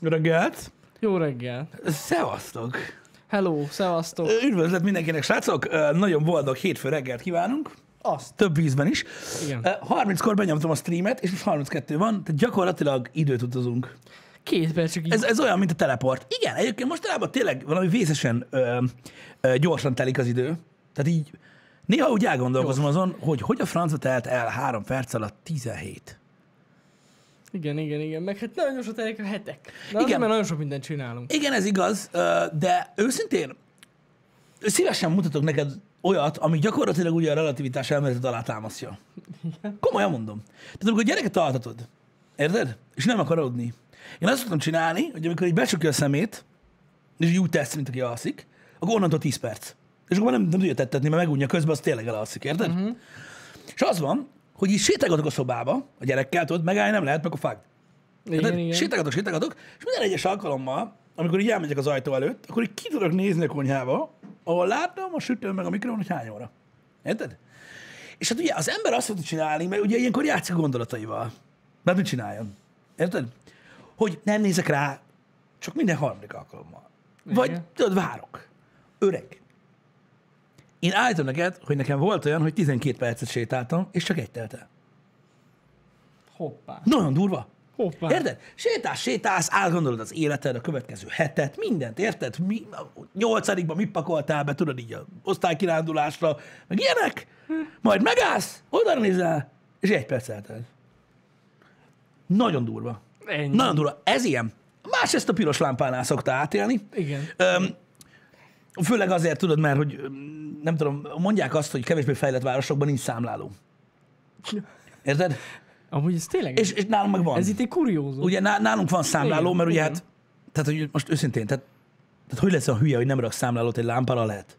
reggelt. Jó reggel. Szevasztok! Hello, szevasztok. Üdvözlet mindenkinek, srácok! Ö, Nagyon boldog hétfő reggelt kívánunk. Azt. Több ízben is. Igen. Ö, 30-kor benyomtam a streamet, és most 32 van, tehát gyakorlatilag időt utazunk. Két percig így. Ez, ez olyan, mint a teleport. Igen, egyébként mostanában tényleg valami vészesen ö, ö, gyorsan telik az idő. Tehát így néha úgy elgondolkozom azon, hogy hogy a francba telt el három perc alatt 17. Igen, igen, igen. Meg hát nagyon gyorsan telik a hetek. De igen. Igen. Azért, mert nagyon sok mindent csinálunk. Igen, ez igaz, ö, de őszintén szívesen mutatok neked olyat, ami gyakorlatilag ugye a relativitás elméletet alátámasztja. Komolyan mondom. Tehát amikor a gyereket altatod, érted? És nem akar aludni. Én azt szoktam csinálni, hogy amikor így becsukja a szemét, és így úgy tesz, mint aki alszik, akkor onnantól 10 perc. És akkor már nem, nem tudja tettetni, mert megunja közben, az tényleg elalszik, érted? Uh-huh. És az van, hogy így sétálgatok a szobába, a gyerekkel, tudod, megállni nem lehet, meg a fág. Igen, Tehát igen. Hát sétálgatok, sétálgatok, és minden egyes alkalommal, amikor így elmegyek az ajtó előtt, akkor így ki tudok nézni a konyhába, ahol látom a sütőn meg a mikrofon, hogy hány óra. Érted? És hát ugye az ember azt szokta csinálni, mert ugye ilyenkor játszik a gondolataival. Mert mit csináljon? Érted? Hogy nem nézek rá, csak minden harmadik alkalommal. Vagy Igen. tudod, várok. Öreg. Én állítom neked, hogy nekem volt olyan, hogy 12 percet sétáltam, és csak egy telt el. Hoppá. Nagyon durva. Hoppá. Érted? Sétálsz, sétálsz, átgondolod az életed, a következő hetet, mindent, érted? Mi, a nyolcadikban mit pakoltál be, tudod így a osztálykirándulásra, meg ilyenek? Hm. Majd megállsz, oda nézel, és egy perc eltelt. Nagyon durva. Ennyi. Nagyon durva. Ez ilyen. Más ezt a piros lámpánál szokta átélni. Igen. Öm, főleg azért tudod, mert hogy öm, nem tudom, mondják azt, hogy kevésbé fejlett városokban nincs számláló. Érted? Amúgy ez tényleg... És, és nálunk meg van. Ez itt egy kuriózó. Ugye ná- nálunk van számláló, Igen, mert ugye igen. hát, tehát hogy most őszintén, tehát, tehát hogy lesz a hülye, hogy nem rak számlálót egy lámpára lehet?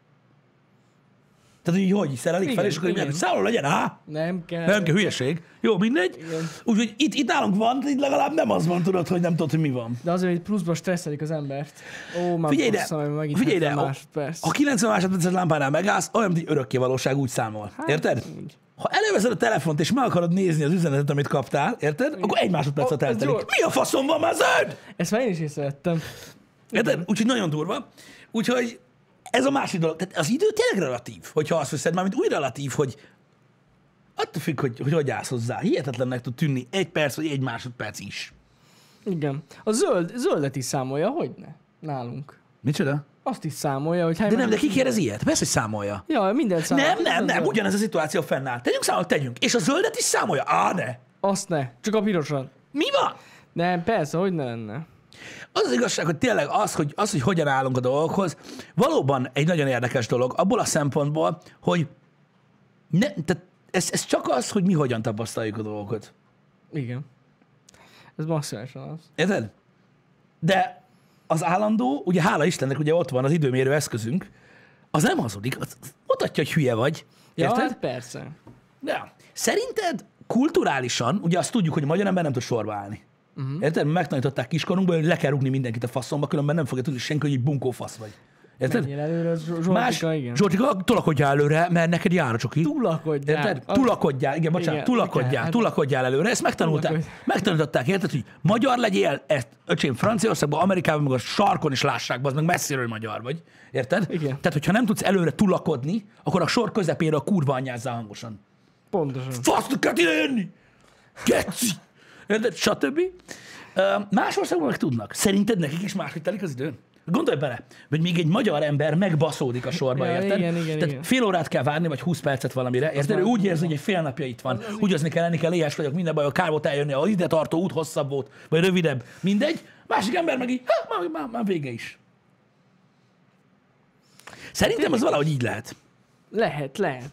Tehát hogy hogy szerelik fel, Igen, és akkor igen. igen. számláló legyen, á, Nem kell. nem kell hülyeség. Jó, mindegy. Igen. Úgyhogy itt, itt nálunk van, de itt legalább nem az van, tudod, hogy nem tudod, hogy mi van. De azért, hogy pluszban stresszelik az embert. Ó, már Figyelj ide, bassza, meg megint figyelj ide, 70 a- másodperc. Ha 90 másodperces lámpánál megállsz, olyan, mint egy örökké valóság úgy számol. Érted? Hát, így. Ha előveszed a telefont, és meg akarod nézni az üzenetet, amit kaptál, érted? Akkor egy másodpercet Ó, ez eltelik. gyors. Mi a faszom van már zöld? Ezt már én is észrevettem. Érted? Úgyhogy nagyon durva. Úgyhogy ez a másik dolog. Tehát az idő tényleg relatív, hogyha azt veszed, mármint úgy relatív, hogy attól függ, hogy hogy, hogy állsz hozzá. Hihetetlennek tud tűnni egy perc vagy egy másodperc is. Igen. A zöld, zöldet is számolja, hogy ne? Nálunk. Micsoda? Azt is számolja, hogy hány De nem, de másod- ki kérdez ilyet? Persze, hogy számolja. Ja, mindent számolja. Nem, nem, nem, Zöld. ugyanez a szituáció fennáll. Tegyünk számot, tegyünk. És a zöldet is számolja? Á, ne. Azt ne. Csak a pirosat. Mi van? Nem, persze, hogy ne lenne. Az az igazság, hogy tényleg az, hogy, az, hogy hogyan állunk a dolgokhoz, valóban egy nagyon érdekes dolog, abból a szempontból, hogy ne, tehát ez, ez csak az, hogy mi hogyan tapasztaljuk a dolgokat. Igen. Ez maximálisan az. Érted? De az állandó, ugye hála Istennek, ugye ott van az időmérő eszközünk, az nem hazudik, az az mutatja, hogy hülye vagy. Ja, Érted? hát persze. Ja. Szerinted kulturálisan, ugye azt tudjuk, hogy a magyar ember nem tud sorba állni. Mhm. Uh-huh. Érted? Megtanították kiskorunkban, hogy le kell rúgni mindenkit a faszomba, különben nem fogja tudni senki, hogy egy bunkó fasz vagy. Érted? Menjél előre, Zs- Más, Zsoltika, igen. Zsoltika, tolakodjál előre, mert neked jár a csoki. Túlakodjál. Érted? Az- Tulakodjál, igen, bocsánat, Igen, tulakodjál, igen, hát- tulakodjál előre, ezt megtanulták. Tulakodj. Megtanították, érted, hogy magyar legyél, ezt öcsém Franciaországban, Amerikában, meg a sarkon is lássák, az meg messziről magyar vagy. Érted? Igen. Tehát, hogyha nem tudsz előre tulakodni, akkor a sor közepére a kurva anyázzál hangosan. Pontosan. Fasznak kell ide jönni! Geci! Érted? Stb. Ö, Más országban meg tudnak. Szerinted nekik is máshogy telik az időn? Gondolj bele, hogy még egy magyar ember megbaszódik a sorba, Ja, érted? igen, igen, Tehát igen. fél órát kell várni, vagy 20 percet valamire, érted? Ő már úgy érzi, hogy egy fél napja itt van. Úgy érzni kell, enni kell, éhes vagyok, minden baj, a kár volt eljönni, a ide tartó út hosszabb volt, vagy rövidebb, mindegy. Másik ember meg így, hát már, már, már vége is. Szerintem az valahogy így lehet. Lehet, lehet.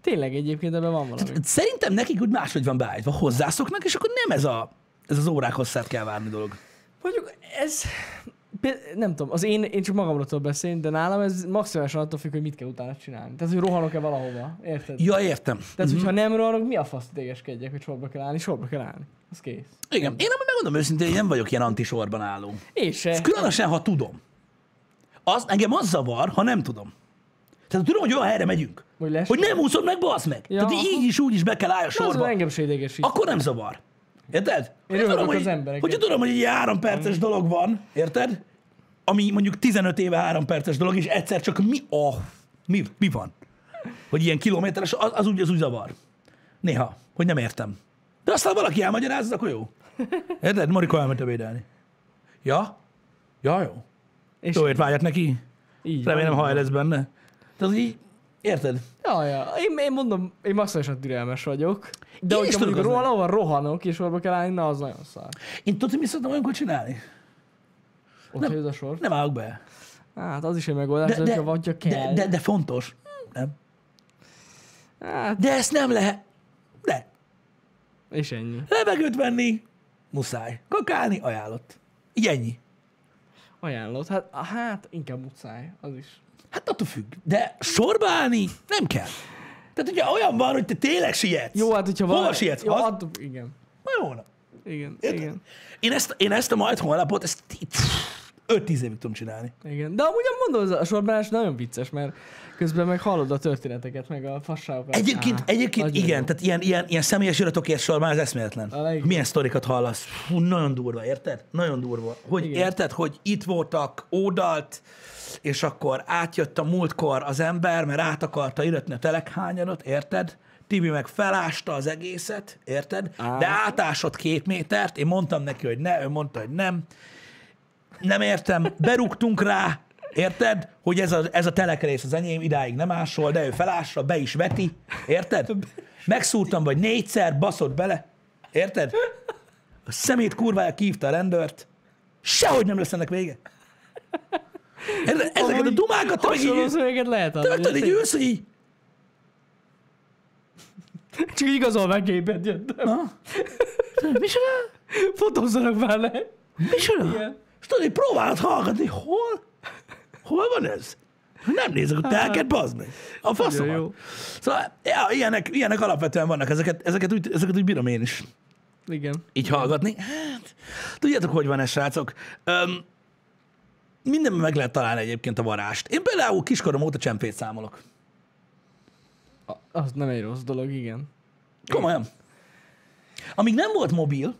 Tényleg egyébként ebben van valami. Hát- Szerintem nekik úgy máshogy van beállítva. Hozzászoknak, és akkor nem ez, a, ez az órák hosszát kell várni dolog. Mondjuk ez... pé- Nem tudom, az én, én csak magamról tudok beszélni, de nálam ez maximálisan attól függ, hogy mit kell utána csinálni. Tehát, hogy rohanok-e valahova, érted? Ja, értem. Tehát, hogyha nem rohanok, mi a fasz idegeskedjek, hogy sorba kell állni? Sorba kell állni. Az kész. Igen. Én amúgy megmondom őszintén, hogy nem vagyok ilyen antisorban álló. Én se. Különösen, ha tudom. Az, engem az zavar, ha nem tudom. Tehát ha tudom, hogy olyan helyre megyünk. Hogy lesz Hogy sor. nem úszod meg, bazd meg. Ja, Tehát aha. így is, úgy is be kell állj a De az sorba. engem se idegesít. Akkor nem zavar. Érted? Én Hogyha örülök hogy, az emberekért. Hogyha tudom, hogy egy ilyen három perces dolog van, érted? Ami mondjuk 15 éve három perces dolog, és egyszer csak mi a... Mi, mi van? Hogy ilyen kilométeres, az, az, úgy, az úgy zavar. Néha, hogy nem értem. De aztán valaki elmagyarázza, akkor jó. Érted? Marika elment ebédelni. Ja? Ja, jó. És Jó étvágyat neki? így van. Remélem, haj lesz benne. Tehát hogy így, érted? Ja, ja. Én, én mondom, én maximálisan türelmes vagyok. De Én én is hogyha tudok mondjuk az róla van, rohanok, és orba kell állni, na az nagyon szar. Én tudod, hogy mi szoktam olyankor csinálni? Ott nem, a sor. Nem állok be. Hát az is egy megoldás, de, de, vagy, ha de, kell. de, de fontos. Hm, Nem. Hát, De ezt nem lehet. De. és ennyi. Levegőt venni, muszáj. Kakálni, ajánlott. Így ennyi. Ajánlott. Hát, hát inkább muszáj, az is. Hát attól függ. De sorba állni nem kell. Tehát ugye olyan van, hogy te tényleg sietsz. Jó, hát hogyha Hova vala- sietsz? Jó, Az- attól- igen. Majd holnap. Igen, Érted? igen. Én ezt, én ezt a majd holnapot, ezt így, pff, 5-10 évig tudom csinálni. Igen. De amúgy mondom, ez a sorbanás nagyon vicces, mert közben meg hallod a történeteket, meg a fasságokat. Egyébként, Á, egyébként nagyon igen, jó. tehát ilyen, ilyen, ilyen személyes iratokért sorban ez eszméletlen. A legjobb. Milyen sztorikat hallasz? Hú, nagyon durva, érted? Nagyon durva. Hogy Igen. érted, hogy itt voltak, ódalt, és akkor átjött a múltkor az ember, mert át akarta iratni a telekhányadat, érted? Tibi meg felásta az egészet, érted? Á. De átásott két métert, én mondtam neki, hogy ne, ő mondta, hogy nem. Nem értem, berúgtunk rá, érted, hogy ez a, ez a telekrész az enyém, idáig nem ásol, de ő felásra, be is veti, érted? Megszúrtam vagy négyszer, baszott bele, érted? A szemét kurvája kívta a rendőrt, sehogy nem lesz ennek vége. Érted? Ezeket a Amúgy dumákat, te meg így, Hasonló ülsz- szöveget lehet te meg tudod, így adni. ülsz, hogy így, Csak igazol megéped jöttem. na, tudod, micsoda? Fotózzanak már le. Micsoda? Igen. És tudod, így próbálod hallgatni, hol? Hol van ez? Nem nézek a telket, bazd meg. A Nagyon faszomat. jó. Szóval ja, ilyenek, ilyenek alapvetően vannak, ezeket, ezeket, úgy, ezeket úgy bírom én is Igen. így hallgatni. Hát, tudjátok, hogy van ez, srácok? Öm, mindenben meg lehet találni egyébként a varást. Én például kiskorom óta csempét számolok. A- Az nem egy rossz dolog, igen. Komolyan. Amíg nem volt mobil,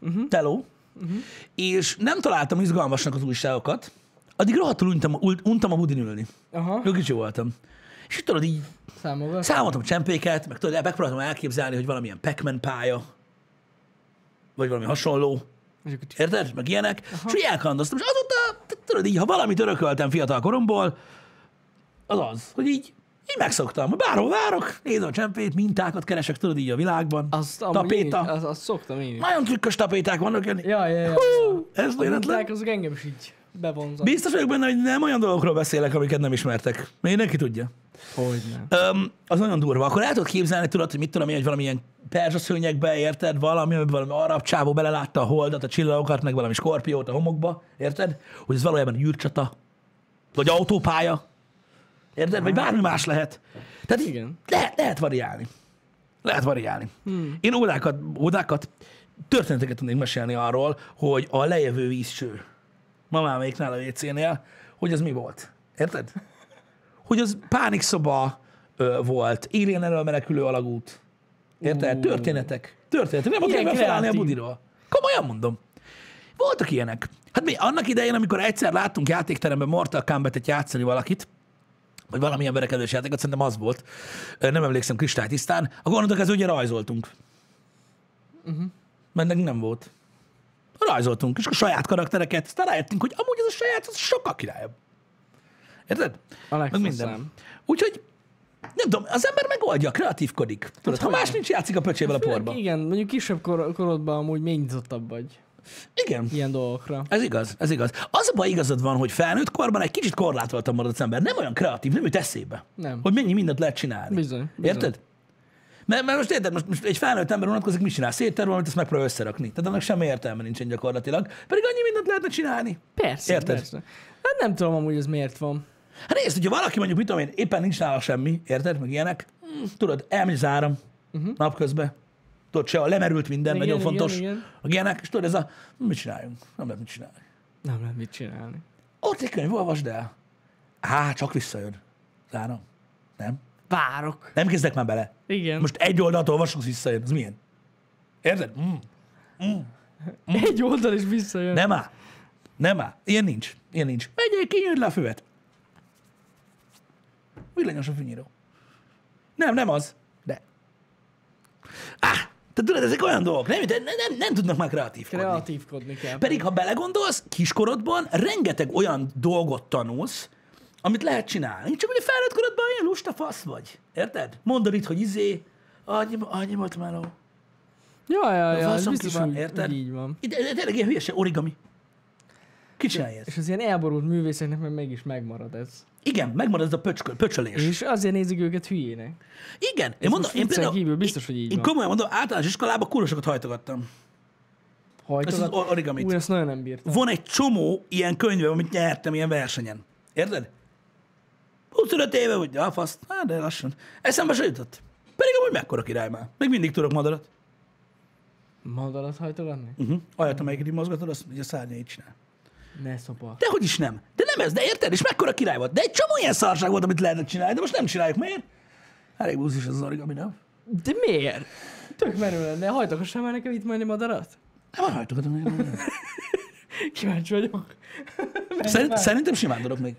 uh-huh. teló, uh-huh. és nem találtam izgalmasnak az újságokat, addig rohadtul untam, ul- untam a budin ülni. Aha, Jó kicsi voltam. És így tudod, így számogat. Számoltam csempéket, meg tudod, megpróbáltam elképzelni, hogy valamilyen pac pálya, vagy valami hasonló, És akkor ti- érted? Meg ilyenek. És úgy elkalandoztam, és azóta, t- tudod, így, ha valamit örököltem fiatal koromból, az az, hogy így, így megszoktam, hogy bárhol várok, nézem a csempét, mintákat keresek, tudod, így a világban. Azt, amúgy én is, tapéta. azt, azt szoktam én is. Nagyon trükkös tapéták vannak, ilyen, Ja, ja, ja. hú, ez A véletlen. minták azok engem is így bevonzak. Biztos vagyok benne, hogy nem olyan dolgokról beszélek, amiket nem ismertek. Mindenki tudja. Hogyne. Öm, az nagyon durva. Akkor el tudod képzelni, tudod, hogy mit tudom én, hogy valamilyen perzsaszőnyegbe érted, valami, amiben valami arab csávó belelátta a holdat, a csillagokat, meg valami skorpiót a homokba, érted? Hogy ez valójában űrcsata, vagy autópálya, érted? Vagy bármi más lehet. Tehát így Igen. Lehet, lehet variálni. Lehet variálni. Hmm. Én órákat, órákat, történeteket tudnék mesélni arról, hogy a lejövő vízcső, mamáméknál a WC-nél, hogy az mi volt. Érted? hogy az pánikszoba ö, volt, alien elől menekülő alagút. Érted? Ú. történetek. Történetek. Nem akarják Milyen felállni a kreatív. budiról. Komolyan mondom. Voltak ilyenek. Hát mi annak idején, amikor egyszer láttunk játékteremben Mortal Kombat-et játszani valakit, vagy valamilyen verekedős játékot, szerintem az volt, Ö, nem emlékszem kristálytisztán, akkor gondoltak, ez ugye rajzoltunk. Uh-huh. Mert nekünk nem volt. Rajzoltunk, és akkor saját karaktereket, aztán rájöttünk, hogy amúgy ez a saját, az sokkal királyabb. Érted? A Meg legfaszám. minden. Úgyhogy nem tudom, az ember megoldja, kreatívkodik. Tudod, ha hogyne. más nincs, játszik a pöcsével a porba. Igen, mondjuk kisebb kor- korodban amúgy még nyitottabb vagy Igen. ilyen dolgokra. Ez igaz, ez igaz. Az a baj igazad van, hogy felnőtt korban egy kicsit korlátoltan marad az ember. Nem olyan kreatív, nem jut eszébe. Nem. Hogy mennyi mindent lehet csinálni. Bizony, bizony. Érted? Mert, mert most érted, most, most egy felnőtt ember unatkozik, mit csinál? Szétterül valamit, ezt megpróbál összerakni. Tehát annak semmi értelme nincsen gyakorlatilag. Pedig annyi mindent lehetne csinálni. Persze, Érted? persze. Hát nem tudom amúgy ez miért van. Hát nézd, hogyha valaki mondjuk, mit tudom én, éppen nincs nála semmi, érted, meg ilyenek, hm, tudod, elmegy az áram uh-huh. napközben, tudod, se a lemerült minden, Mhm. Igen, igen, nagyon igen, fontos, igen. meg ilyenek, és tudod, ez a, hm, mit csináljunk, nem lehet mit csinálni. Nem lehet mit csinálni. Ott egy könyv, olvasd el. Á, csak visszajön. Az áram. Nem. Várok. Nem kezdek már bele. Igen. Most egy oldalt olvasok, az visszajön. Ez milyen? Érted? Mm. Egy oldal is visszajön. Nem á. Nem á. Ilyen nincs. Ilyen nincs. Menjél, kinyírd le a füvet. Villanyos a fűnyíró. Nem, nem az. De. Á, te tudod, ezek olyan dolgok, nem, nem, nem, nem tudnak már kreatívkodni. Kreatívkodni kell. Pedig, ha belegondolsz, kiskorodban rengeteg olyan dolgot tanulsz, amit lehet csinálni. Csak ugye felnőtt korodban ilyen lusta fasz vagy. Érted? Mondod itt, hogy izé, annyi, annyi volt meló. Ja, ja, ja, ez faszom biztos, ki van, hogy érted? érted? így van. Ide, de tényleg ilyen hülyeség, origami. Kicsinálj ezt. És az ilyen elborult művészeknek meg mégis megmarad ez. Igen, megmarad ez a pöcsköl, pöcsölés. És azért nézik őket hülyének. Igen, én mondom, most én viccen például... kívül biztos, hogy így Én van. komolyan mondom, általános iskolában kurosokat hajtogattam. Ezt az Hajtogat. or- origamit. Új, ezt nagyon nem bírtam. Van egy csomó ilyen könyve, amit nyertem ilyen versenyen. Érted? 25 éve, hogy a faszt, hát de lassan. Eszembe se jutott. Pedig amúgy mekkora király már. Még mindig tudok madarat. Madarat hajtogatni? Uh-huh. Olyat, amelyiket így mozgatod, azt hogy a szárnyait csinál. Ne szopa. De hogy is nem. De nem ez, de érted? És mekkora király volt. De egy csomó ilyen szarság volt, amit lehetett csinálni, de most nem csináljuk. Miért? Elég búz is ez az origami, nem? De miért? Tök menő lenne. Hajtogassál már nekem itt majd egy madarat? Nem hajtogatom. nem. Kíváncsi vagyok. Szerint, szerintem simán tudok még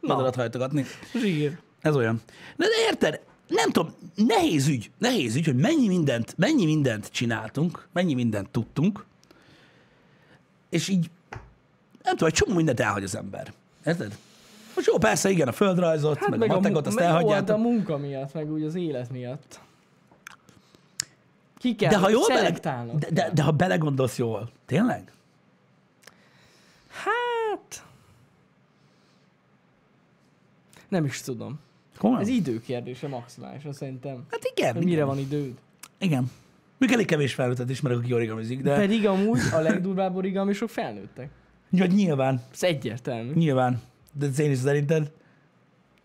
madarat hajtogatni. Zsír. Ez olyan. De, de érted? Nem tudom, nehéz ügy, nehéz ügy, hogy mennyi mindent, mennyi mindent csináltunk, mennyi mindent tudtunk, és így, nem tudom, egy csomó mindent elhagy az ember. Érted? Most jó, persze, igen, a földrajzot, hát meg, meg a matekot, azt meg jó, elhagyjátok. de a munka miatt, meg úgy az élet miatt. Ki kell, De ha jól bele, szelektálnod de, de, kell. de ha belegondolsz jól, tényleg? Hát... Nem is tudom. Komolyan? Ez időkérdése maximálisan szerintem. hát igen. Hogy igen. mire van időd? Igen. Még elég kevés felületet ismerek, aki origamizik, de Pedig amúgy a legdurvább origamisok felnőttek. Vagy nyilván, Ez egyértelmű. nyilván. De ez én is szerinted,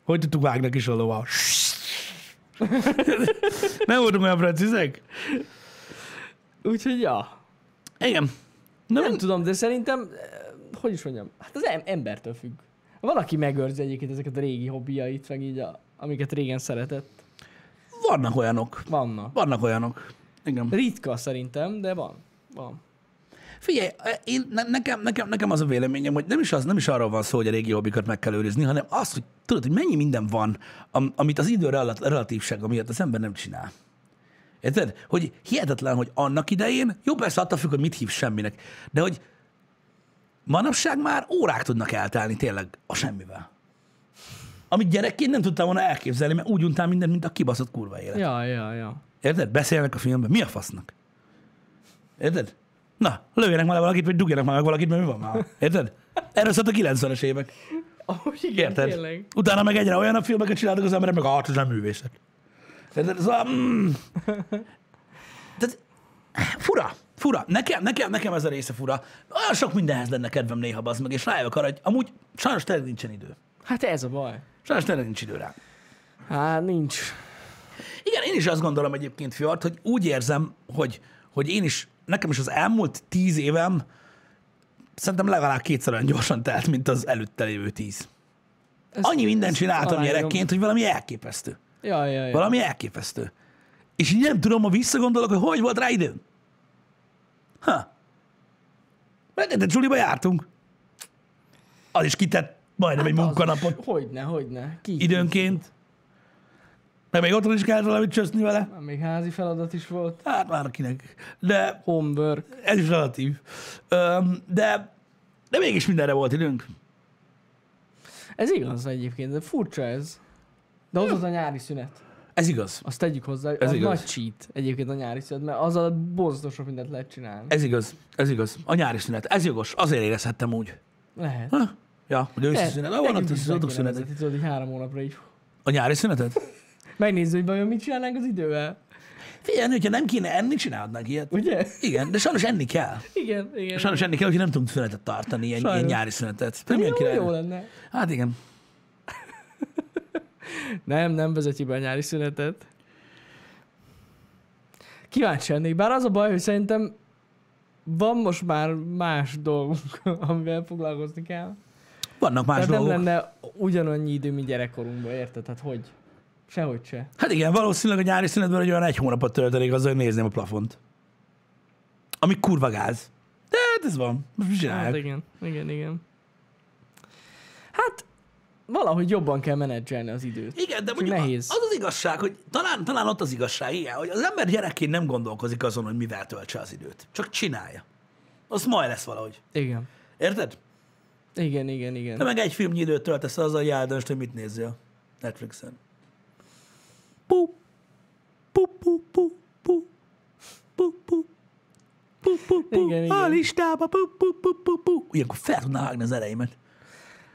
hogy tudtuk vágni is olóval? Nem voltunk olyan precízek? Úgyhogy ja. Igen. Na, Nem nem tudom, de szerintem, eh, hogy is mondjam, hát az em- embertől függ. Valaki megőrzi egyébként ezeket a régi hobbiait, meg így, a, amiket régen szeretett. vannak olyanok. Vannak. Vannak olyanok. Igen. Ritka szerintem, de van. Van. Hát- Figyelj, e, én, ne- nekem, nekem, nekem az a véleményem, hogy nem is, az, nem is arról van szó, hogy a régi hobbikat meg kell őrizni, hanem az, hogy tudod, hogy mennyi minden van, am, amit az idő relat- relatívsága miatt az ember nem csinál. Érted? Hogy hihetetlen, hogy annak idején, jó persze attól függ, hogy mit hív semminek, de hogy manapság már órák tudnak eltelni tényleg a semmivel. Amit gyerekként nem tudtam volna elképzelni, mert úgy untál mindent, mint a kibaszott kurva élet. Ja, ja, ja. Érted? Beszélnek a filmben. Mi a fasznak? Érted? Na, lövjenek már le valakit, vagy dugjanak már meg valakit, mert mi van már? Érted? Erről szólt a 90-es évek. Ahogy igen, Érted? Hát tényleg. Utána meg egyre olyan a filmeket csináltak az emberek, meg a hát, az nem művészet. Érted? Ez a... Mm. Tehát, fura, fura. Nekem, nekem, nekem ez a része fura. Olyan sok mindenhez lenne kedvem néha, bazd meg, és rájövök arra, hogy amúgy sajnos tényleg nincsen idő. Hát ez a baj. Sajnos tényleg nincs idő rá. Hát nincs. Igen, én is azt gondolom egyébként, Fjord, hogy úgy érzem, hogy, hogy én is, nekem is az elmúlt tíz évem szerintem legalább kétszer olyan gyorsan telt, mint az előtte lévő tíz. Ez, Annyi mindent csináltam aláírom. gyerekként, hogy valami elképesztő. Ja, ja, ja. Valami elképesztő. És így nem tudom, ha visszagondolok, hogy hogy volt rá időm. Ha. Mert de Csuliba jártunk. Az is kitett majdnem Hát egy munkanapot Hogyne, hogyne. Ki? időnként. Meg még otthon is kellett valamit csöszni vele. Már Még házi feladat is volt. Hát már akinek. De Homework. ez is relatív. Öm, de, de mégis mindenre volt időnk. Ez igaz egyébként, de furcsa ez. De az az a nyári szünet. Ez igaz. Azt tegyük hozzá, Ez az igaz. nagy cheat egyébként a nyári szünet, mert az a borzasztó sok mindent lehet csinálni. Ez igaz. Ez igaz. A nyári szünet. Ez jogos. Azért érezhettem úgy. Lehet. Ha? Ja, hogy őszi Lehet. szünet. Ah, Nekünk vannak is tesz- meg azok kéne szünetek. vezetni, Tudod, így három hónapra így. A nyári szünetet? Megnézzük, hogy vajon mit csinálnánk az idővel. Figyelj, hogyha nem kéne enni, csinálhatnánk ilyet. Ugye? Igen, de sajnos enni kell. Igen, igen. Sajnos enni kell, hogy nem tudunk szünetet tartani, ilyen, ilyen Sajnos. nyári szünetet. hát Nem jó, ilyen király. jó lenne. Hát igen. Nem, nem vezetjük be a nyári szünetet. Kíváncsi lennék, bár az a baj, hogy szerintem van most már más dolgunk, amivel foglalkozni kell. Vannak más Tehát nem dolgok. lenne ugyanannyi idő, mint gyerekkorunkban, érted? Hát hogy? Sehogy se. Hát igen, valószínűleg a nyári szünetben egy olyan egy hónapot töltenék azzal, hogy nézném a plafont. ami kurva gáz. De hát ez van, most mit Hát csinálják? igen, igen, igen. Hát valahogy jobban kell menedzselni az időt. Igen, de Csak mondjuk nehéz. nehéz. az az igazság, hogy talán, talán ott az igazság, igen, hogy az ember gyerekként nem gondolkozik azon, hogy mivel töltse az időt. Csak csinálja. Az majd lesz valahogy. Igen. Érted? Igen, igen, Te igen. meg egy filmnyi időt töltesz azzal, hogy eldöntsd, hogy mit nézzél Netflixen. Pu, pu, pu, pu, pu, pu, pu, pu, pu, pu, Igen, a igen. listába, pu, pu, pu, pu, pu. Ilyenkor fel tudná hágni az ereimet.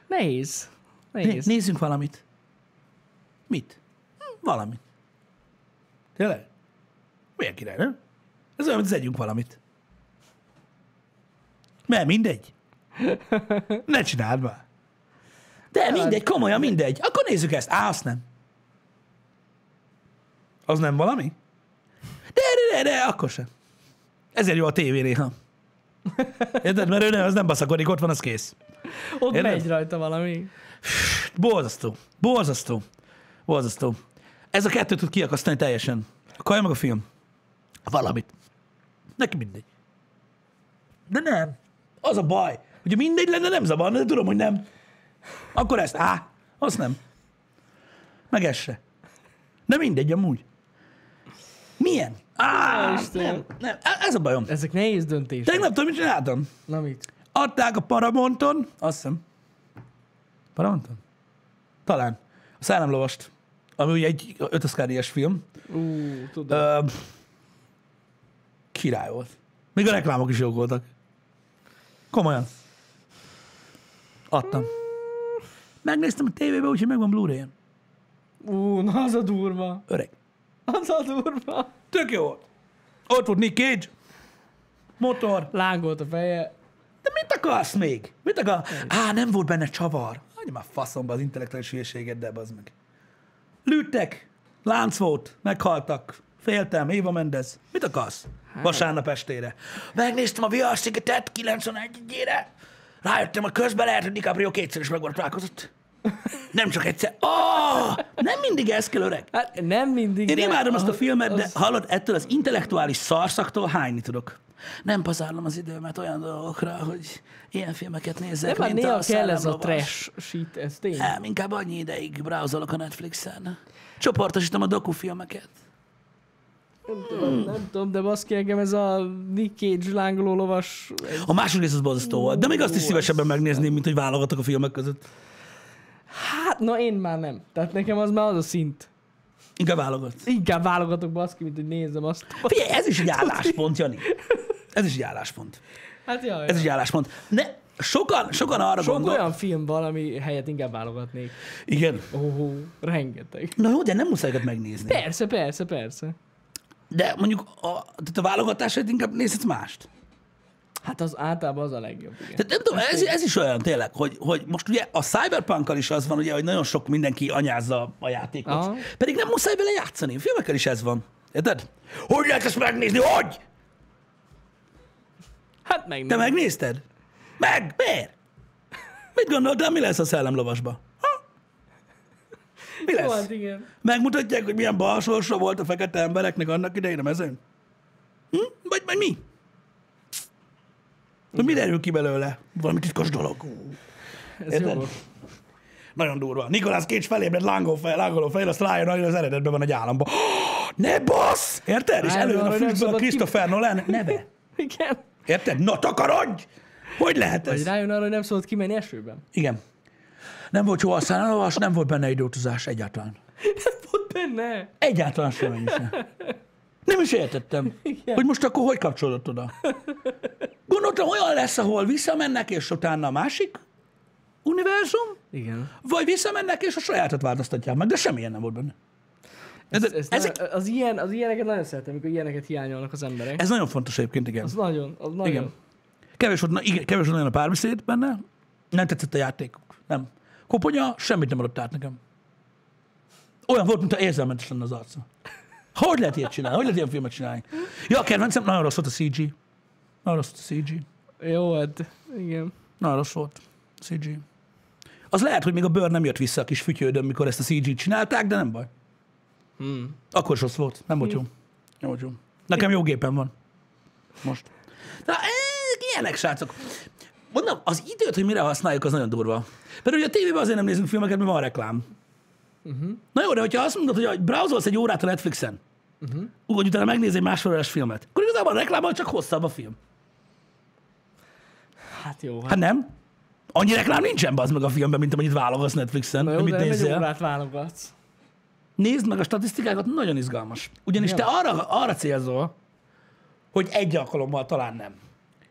Nehéz. Né- Nehéz. nézzünk valamit. Mit? Hm, Valamit. Tényleg? Milyen király, nem? Ez olyan, hogy zegyünk valamit. Mert mindegy. Ne csináld már. De mindegy, komolyan mindegy. Akkor nézzük ezt. Á, azt nem. Az nem valami? De, de, de, de akkor sem. Ezért jó a tévé néha. Érted? Mert ő nem, az nem baszakodik, ott van, az kész. Ott Érted? megy rajta valami. Borzasztó. Borzasztó. Borzasztó. Ez a kettő tud kiakasztani teljesen. A kaja meg a film. Valamit. Neki mindegy. De nem. Az a baj. Hogyha mindegy lenne, nem zavarna, de tudom, hogy nem. Akkor ezt, á, azt nem. Meg ez se. De mindegy, amúgy. Milyen? Á, Istenem. nem, nem. E- Ez a bajom. Ezek nehéz döntések. Tegnap tudom, mit csináltam. Na mit? Adták a Paramonton, azt hiszem. Paramonton? Talán. A Szellemlovast, ami ugye egy ötöszkáriás film. Ú, tudom. Ö, király volt. Még a reklámok is jók voltak. Komolyan. Adtam. Megnéztem a tévében, úgyhogy megvan Blu-ray-en. Ú, na az a durva. Öreg. Az a durva. Tök jó volt. Ott volt Nick Cage. Motor. Lángolt a feje. De mit akarsz még? Mit akar? Á, nem volt benne csavar. Hagyj már faszomba az intellektuális hülyeségeddel, bazd meg. Lőttek, lánc volt, meghaltak, féltem, Éva Mendez. Mit akarsz? Vasárnap estére. Megnéztem a VR szigetet 91-ére. Rájöttem, hogy közben lehet, hogy DiCaprio kétszer is megvarpálkozott. Nem csak egyszer. Oh, nem mindig ez kell, öreg. Hát nem mindig. Én de imádom azt a az- filmet, de az- hallod, ettől az intellektuális szarszaktól hányni tudok. Nem pazárlom az időmet olyan dolgokra, hogy ilyen filmeket De nézzek, már mint hát néha a kell ez a Szellemlovas. trash shit, ez tény. Nem, inkább annyi ideig browsolok a Netflixen. Csoportosítom a dokufilmeket. Hmm. Nem tudom, nem tudom, de baszki engem ez a Nick Cage lángoló lovas. ez- A második rész az borzasztó volt, de még azt is szívesebben megnézném, mint hogy válogatok a filmek között. Hát, na én már nem. Tehát nekem az már az a szint. Inkább válogat. Inkább válogatok baszki, mint hogy nézem azt. Figyelj, ez is egy álláspont, Jani. Ez is egy álláspont. Hát jaj. Ez is egy álláspont. Ne, sokan, sokan arra Sok gondolnak. olyan film van, ami helyett inkább válogatnék. Igen. Ó, rengeteg. Na jó, de nem muszáj őket megnézni. Persze, persze, persze. De mondjuk a, tehát a válogatását inkább nézhetsz mást. Hát az általában az a legjobb, igen. Tehát nem tudom, ez, ez is olyan tényleg, hogy, hogy most ugye a cyberpunkkal is az van, ugye, hogy nagyon sok mindenki anyázza a játékot. Aha. Pedig nem muszáj vele játszani. A filmekkel is ez van. Érted? Hogy lehet ezt megnézni? Hogy? Hát meg Te nem. megnézted? Meg? Miért? Mit gondoltál, mi lesz a szellemlovasba? Ha? Mi Jó, lesz? hát igen. Megmutatják, hogy milyen balsorsa volt a fekete embereknek annak idején a mezőn? Hm? Vagy, vagy mi? Hogy mi derül ki belőle? Valami titkos dolog. Ú, Ez Érted? jó. Nagyon durva. Nikolász Cage felébred lángol fel, lángoló fejl, azt rájön, hogy az eredetben van egy államba. Ne bassz! Érted? És Rájön előjön a arra, hogy nem füstből a szabad ki- Christopher Nolan neve. Igen. Érted? Na takarodj! Hogy lehet Vagy ez? rájön arra, hogy nem szabad kimenni esőben. Igen. Nem volt jó a szállalás, nem volt benne időutazás egyáltalán. Ott benne. Egyáltalán semmi sem. Nem is értettem, Igen. hogy most akkor hogy kapcsolódott oda. Gondoltam, olyan lesz, ahol visszamennek, és utána a másik univerzum, Igen. vagy visszamennek, és a sajátot változtatják meg, de semmilyen nem volt benne. Ez, Ez, ez, ez, ez nagyon- az, ilyen, az ilyeneket nagyon szeretem, amikor ilyeneket hiányolnak az emberek. ez nagyon fontos egyébként, igen. Az nagyon, az nagyon. Igen. Kevés volt, na, igen, kevés volt nagyon a párbeszéd benne, nem tetszett a játékuk, nem. Koponya semmit nem adott át nekem. Olyan volt, mintha érzelmentes lenne az arca. Hogy lehet ilyet csinálni? Hogy lehet ilyen filmet csinálni? Ja, a kedvencem, nagyon rossz volt a CG. Nagyon rossz volt a CG. Jó, hát igen. Nagyon rossz volt a CG. Az lehet, hogy még a bőr nem jött vissza a kis fütyődön, mikor ezt a CG-t csinálták, de nem baj. Hmm. Akkor is rossz volt. Nem volt jó. Nem volt jó. Nekem jó gépen van. Most. Na, ezek ilyenek, srácok. Mondom, az időt, hogy mire használjuk, az nagyon durva. Például, hogy a tévében azért nem nézünk filmeket, mert van reklám. Uh-huh. Na jó, de hogyha azt mondod, hogy ha browsolsz egy órát a Netflixen, uh-huh. úgy utána megnéz egy másfél órás filmet, akkor igazából a reklámmal csak hosszabb a film. Hát jó. Hát, Hát nem? Annyi reklám nincsen az meg a filmben, mint amennyit válogatsz Netflixen, Na jó, amit de egy nézel. órát válogatsz. Nézd meg a statisztikákat, nagyon izgalmas. Ugyanis te arra, arra célzol, hogy egy alkalommal talán nem.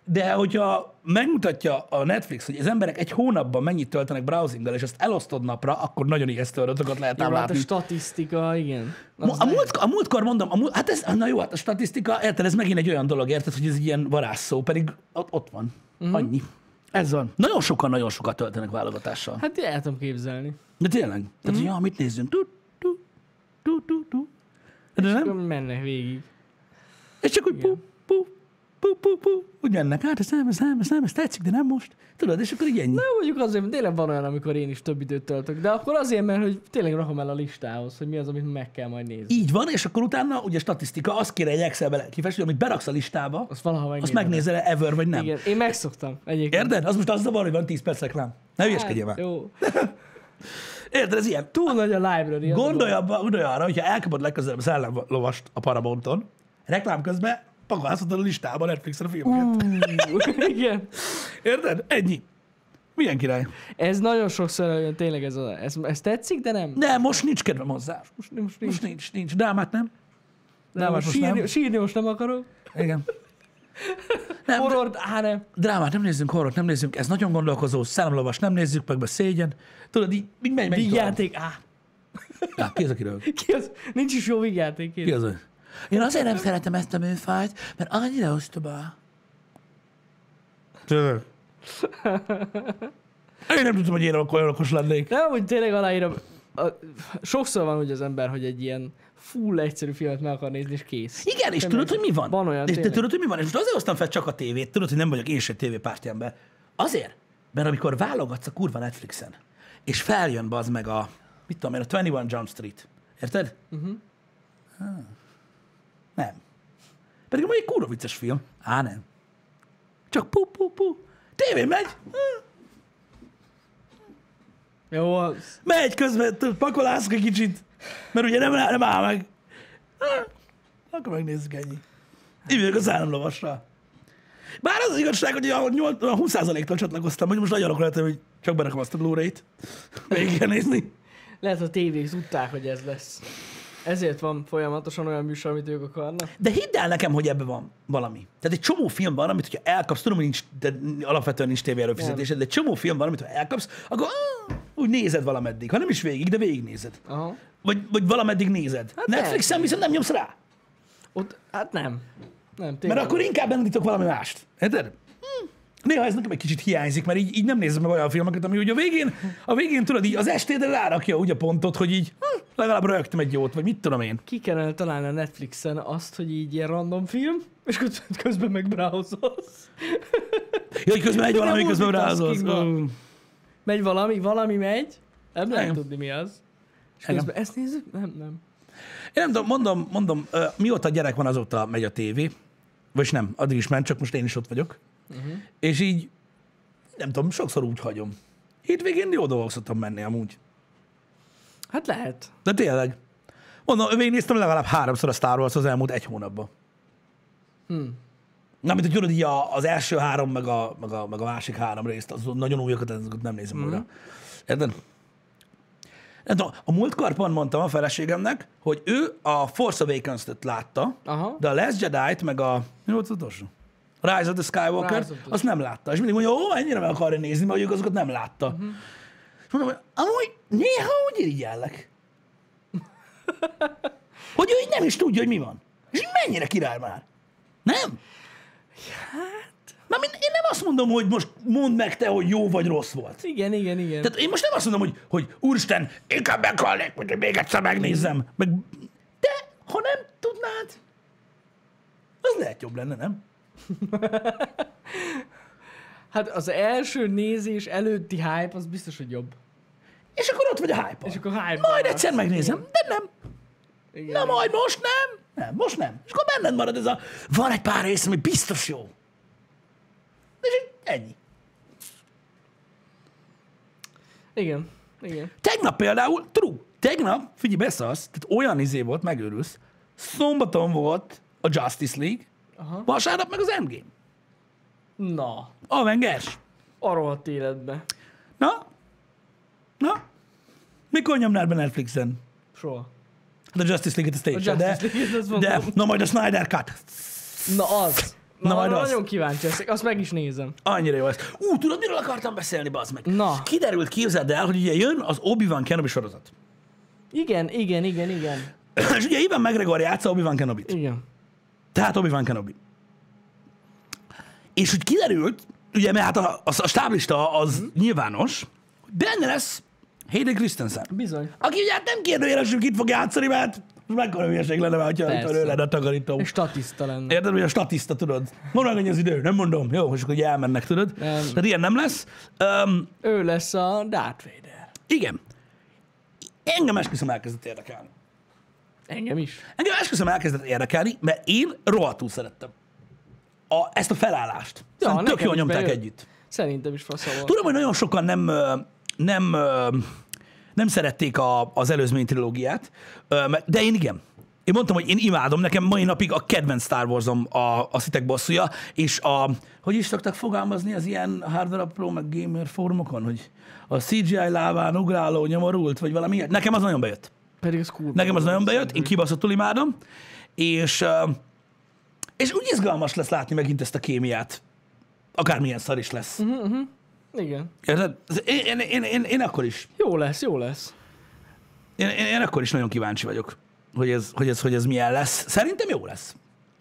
De hogyha megmutatja a Netflix, hogy az emberek egy hónapban mennyit töltenek browsinggal, és ezt elosztod napra, akkor nagyon ijesztő adatokat lehet Jó, ám hát a látni. statisztika, igen. Mo- A, múlt, a múltkor mondom, a múlt, hát ez, na jó, hát a statisztika, érted, ez megint egy olyan dolog, érted, hogy ez egy ilyen varázsszó, pedig ott, ott van. Mm-hmm. Annyi. Mhm. Ez van. Nagyon sokan, nagyon sokat töltenek válogatással. Hát el tudom képzelni. De tényleg. Tehát, mm-hmm. ja, mit nézzünk? Tu, tu, tu, tu, tu. De nem? Akkor mennek végig. És csak úgy pu, pu, pu, pu, pu, úgy mennek át, ez nem, ez nem, ez nem, ez tetszik, de nem most. Tudod, és akkor így ennyi. Na, mondjuk azért, mert tényleg van olyan, amikor én is több időt töltök, de akkor azért, mert hogy tényleg rakom el a listához, hogy mi az, amit meg kell majd nézni. Így van, és akkor utána ugye statisztika, azt kéne egy Excelbe kifesteni, amit beraksz a listába, Azt valaha azt megnézem. megnézel -e ever vagy nem. Igen, én megszoktam egyébként. Érted? Az most az zavar, hogy van 10 perc reklám. Ne hülyeskedjél már. Hát, Jó. Hát, Érted, ez ilyen. Túl nagy a library. az a Gondolj, abba, gondolj arra, hogyha elkapod legközelebb a szellemlovast a Paramounton, reklám közben pakolászhatod a listába a Netflixen a filmeket. dolog. Igen. Érted? Ennyi. Milyen király? Ez nagyon sokszor olyan, tényleg ez, a, ez, ez tetszik, de nem. Ne, most nincs kedvem hozzá. Most, Most, most nincs. most nincs, nincs. Drámát nem? Nem, Drámát most sírni, nem. sírni most nem akarok. Igen. Nem, Horror, á nem. drámát nem nézzünk, horrort nem nézzünk, ez nagyon gondolkozó, szellemlovas nem nézzük, meg be szégyen. Tudod, így, így megy, megy tovább. Vígjáték, á. Á, ki az, aki röhög? Ki az? Nincs is jó vígjáték. Ki Ki az, ő? Én azért nem szeretem ezt a műfajt, mert annyira ostoba. Tudod? Én nem tudtam, hogy én akkor olyan okos lennék. De amúgy tényleg aláírom. A, sokszor van úgy az ember, hogy egy ilyen full egyszerű filmet meg akar nézni, és kész. Igen, és Nem tudod, meg- hogy mi van? Van olyan, és te tényleg. tudod, hogy mi van? És most azért hoztam fel csak a tévét, tudod, hogy nem vagyok én se tévépárti ember. Azért, mert amikor válogatsz a kurva Netflixen, és feljön bazd meg a, mit tudom én, a 21 Jump Street. Érted? Uh-huh. Nem. Pedig amúgy egy kurva vicces film. Á, nem. Csak pu, pu, pu. Tévé megy. Hm. Jó, az. Megy közben, tudod, pakolászok egy kicsit. Mert ugye nem, nem áll meg. Hm. Akkor megnézzük ennyi. Így vagyok az államlovasra. Bár az az igazság, hogy a nyolc- a 20%-tal csatlakoztam, hogy most nagyon akartam, hogy csak berakom azt a Blu-ray-t. Végig kell nézni. lehet a tévék tudták, hogy ez lesz. Ezért van folyamatosan olyan műsor, amit ők akarnak. De hidd el nekem, hogy ebben van valami. Tehát egy csomó film van, amit, hogyha elkapsz, tudom, hogy nincs, de alapvetően nincs tévé előfizetésed, de egy csomó film van, amit ha elkapsz, akkor ah, úgy nézed valameddig. Ha nem is végig, de végignézed. Aha. Vagy, vagy valameddig nézed. Hát Netflixen persze. viszont nem nyomsz rá. Ott, hát nem. Nem, tényleg. Mert akkor inkább elindítok valami mást. Érted? Hm. Néha ez nekem egy kicsit hiányzik, mert így, így nem nézem meg olyan filmeket, ami úgy a végén, a végén tudod, így az estédre rárakja úgy a pontot, hogy így hm, legalább rögtem egy jót, vagy mit tudom én. ki kellene találni a Netflixen azt, hogy így ilyen random film, és közben- közben megbrowzolsz. Jó, hogy közben egy De valami, közben rázolsz. multitasking van. Ö, Megy valami, valami megy, nem lehet Igen. tudni mi az. És Igen. közben ezt nézzük? Nem, nem. Én nem tudom, mondom, mondom, ö, mióta gyerek van, azóta megy a tévé. Vagyis nem, addig is ment, csak most én is ott vagyok. Uh-huh. És így, nem tudom, sokszor úgy hagyom. Hétvégén jó dolgok szoktam menni amúgy. Hát lehet. De tényleg. Mondom, végignéztem legalább háromszor a Star Wars az elmúlt egy hónapban. Hmm. Na, mint hogy tudod, így a- az első három, meg a, meg a, meg a másik három részt, az nagyon újakat, azokat nem Hmm. nézem újra. Érted? Nem tudom, a múltkorban mondtam a feleségemnek, hogy ő a Force Awakens-t látta, Aha. de a Last Jedi-t, meg a... Mi volt az utolsó? Rise of the skywalker Rise of the- azt nem látta. És mindig mondja, ó, ennyire meg akarja nézni, mert ők azokat nem látta. Uh-huh. És mondom, hogy amúgy néha úgy irigyellek. hogy ő így nem is tudja, hogy mi van. És így mennyire király már. Nem? Hát... Mert én nem azt mondom, hogy most mondd meg te, hogy jó vagy rossz volt. Igen, igen, igen. Tehát én most nem azt mondom, hogy, hogy úristen, inkább meghalnék, mint hogy még egyszer megnézem. Meg, de ha nem tudnád, az lehet jobb lenne, nem? Hát az első nézés előtti hype az biztos, hogy jobb. És akkor ott vagy a hype És akkor hype Majd egyszer megnézem, de nem. Igen. Na majd most nem. Nem, most nem. És akkor benned marad ez a, van egy pár rész, ami biztos jó. Ennyi. Igen. Igen. Tegnap például, true, tegnap, figyelj, beszarsz, tehát olyan izé volt, megőrülsz, szombaton volt a Justice League, Aha. vasárnap meg az Endgame. Na, Avengers. arról a életbe. Na? Na? Mikor nyomnád be Netflixen? Soha. Hát a Justice League-et azt én A sem, Justice de, League-et azt mondom. de, na majd a Snyder Cut. Na az. Na, Na, majd arra az. Nagyon kíváncsi leszek, azt meg is nézem. Annyira jó ez. Ú, tudod, miről akartam beszélni, bazd meg? Na. Kiderült, képzeld el, hogy ugye jön az Obi-Wan Kenobi sorozat. Igen, igen, igen, igen. És ugye Ivan McGregor játsza Obi-Wan Kenobit. Igen. Tehát Obi-Wan Kenobi. És úgy kiderült, ugye, mert hát a, a, a stáblista az mm. nyilvános, hogy benne lesz Hayden Christensen. Bizony. Aki ugye hát nem kérdőjelesül, kit fog játszani, mert mekkora hülyeség lenne, mert ha Persze. ő lenne a takarító. És statiszta lenne. Érted, hogy a statiszta, tudod? Mondd meg, hogy az idő, nem mondom. Jó, és akkor ugye elmennek, tudod? Nem. Tehát ilyen nem lesz. Um, Ő lesz a Darth Vader. igen. Engem esküszöm elkezdett érdekelni. Engem is. Engem esküszöm elkezdett érdekelni, mert én rohadtul szerettem a, ezt a felállást. Ja, Ja, tök Szóval nekem jól is nyomták bejött. együtt. Szerintem is fasza volt. Tudom, hogy nagyon sokan nem, ö, nem, ö, nem szerették a, az előzmény trilógiát, ö, mert- de én igen. Én mondtam, hogy én imádom, nekem mai napig a kedvenc Star Wars-om a, a szitek bosszúja, és a, hogy is szoktak fogalmazni az ilyen Hardware Pro meg Gamer fórumokon, hogy a CGI láván ugráló nyomorult, vagy valami ilyen. Nekem az nagyon bejött. Pedig az cool. Nekem az nagyon bejött, én kibaszottul imádom, és, ö, és úgy izgalmas lesz látni megint ezt a kémiát, akármilyen szar is lesz. Igen. Érted? Ez- Én, én, én, én, én, akkor is, Jó lesz, jó lesz. én, én, én akkor is nagyon kíváncsi vagyok, hogy ez, hogy, ez, hogy ez milyen lesz. Szerintem jó lesz.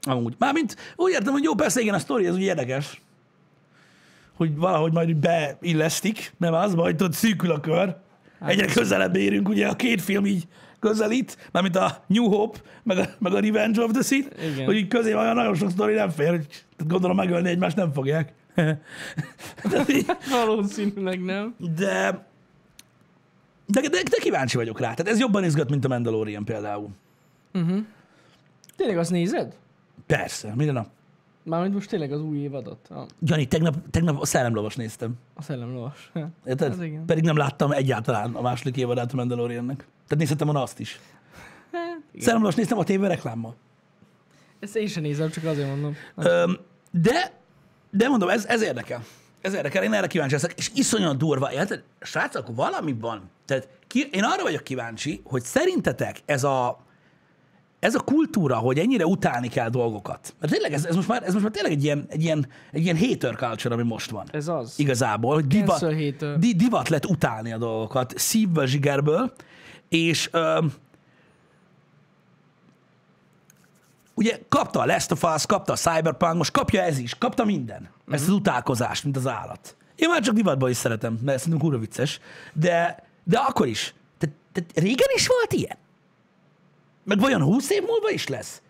Amúgy. Mármint úgy értem, hogy jó, persze igen, a sztori, ez úgy érdekes, hogy valahogy majd úgy beillesztik, nem az baj, tudod, szűkül a kör. Egyre közelebb érünk, ugye a két film így közelít, mármint a New Hope, meg a, meg a Revenge of the Sith, Igen. hogy így közé van, nagyon sok sztori nem fér, hogy tehát gondolom megölni egymást nem fogják. Tehát így- Valószínűleg nem. de, de, de, de kíváncsi vagyok rá. Tehát ez jobban izgat, mint a Mandalorian például. Mhm. Tényleg azt nézed? Persze, minden nap. Mármint most tényleg az új évadat. A, Jani, tegnap, tegnap a Szellemlovas néztem. a szellemlovas. Hát, Érted? Az igen. Pedig nem láttam egyáltalán a második évadát a Mandaloriannek. Tehát nézhettem volna azt is. Szellemlovas néztem a tévé reklámmal. Ezt én sem nézem, csak azért mondom. Öm, de, de mondom, ez, ez érdekel. Ez érdekel, én erre kíváncsi leszek, és iszonyan durva. Érted? Srácok, valami van. Tehát ki, én arra vagyok kíváncsi, hogy szerintetek ez a, ez a kultúra, hogy ennyire utálni kell dolgokat. Mert tényleg ez, ez, most, már, ez most már tényleg egy ilyen, egy ilyen, egy ilyen hater culture, ami most van. Ez az. Igazából, hogy divat, Cancel hater. di, divat lett utálni a dolgokat, szívből, zsigerből, és öm, ugye kapta a Last of Us, kapta a Cyberpunk, most kapja ez is, kapta minden. Ezt az utálkozást, mint az állat. Én már csak divatban is szeretem, mert szerintem kurva vicces, de, de akkor is. Te, te, régen is volt ilyen? Meg vajon 20 év múlva is lesz?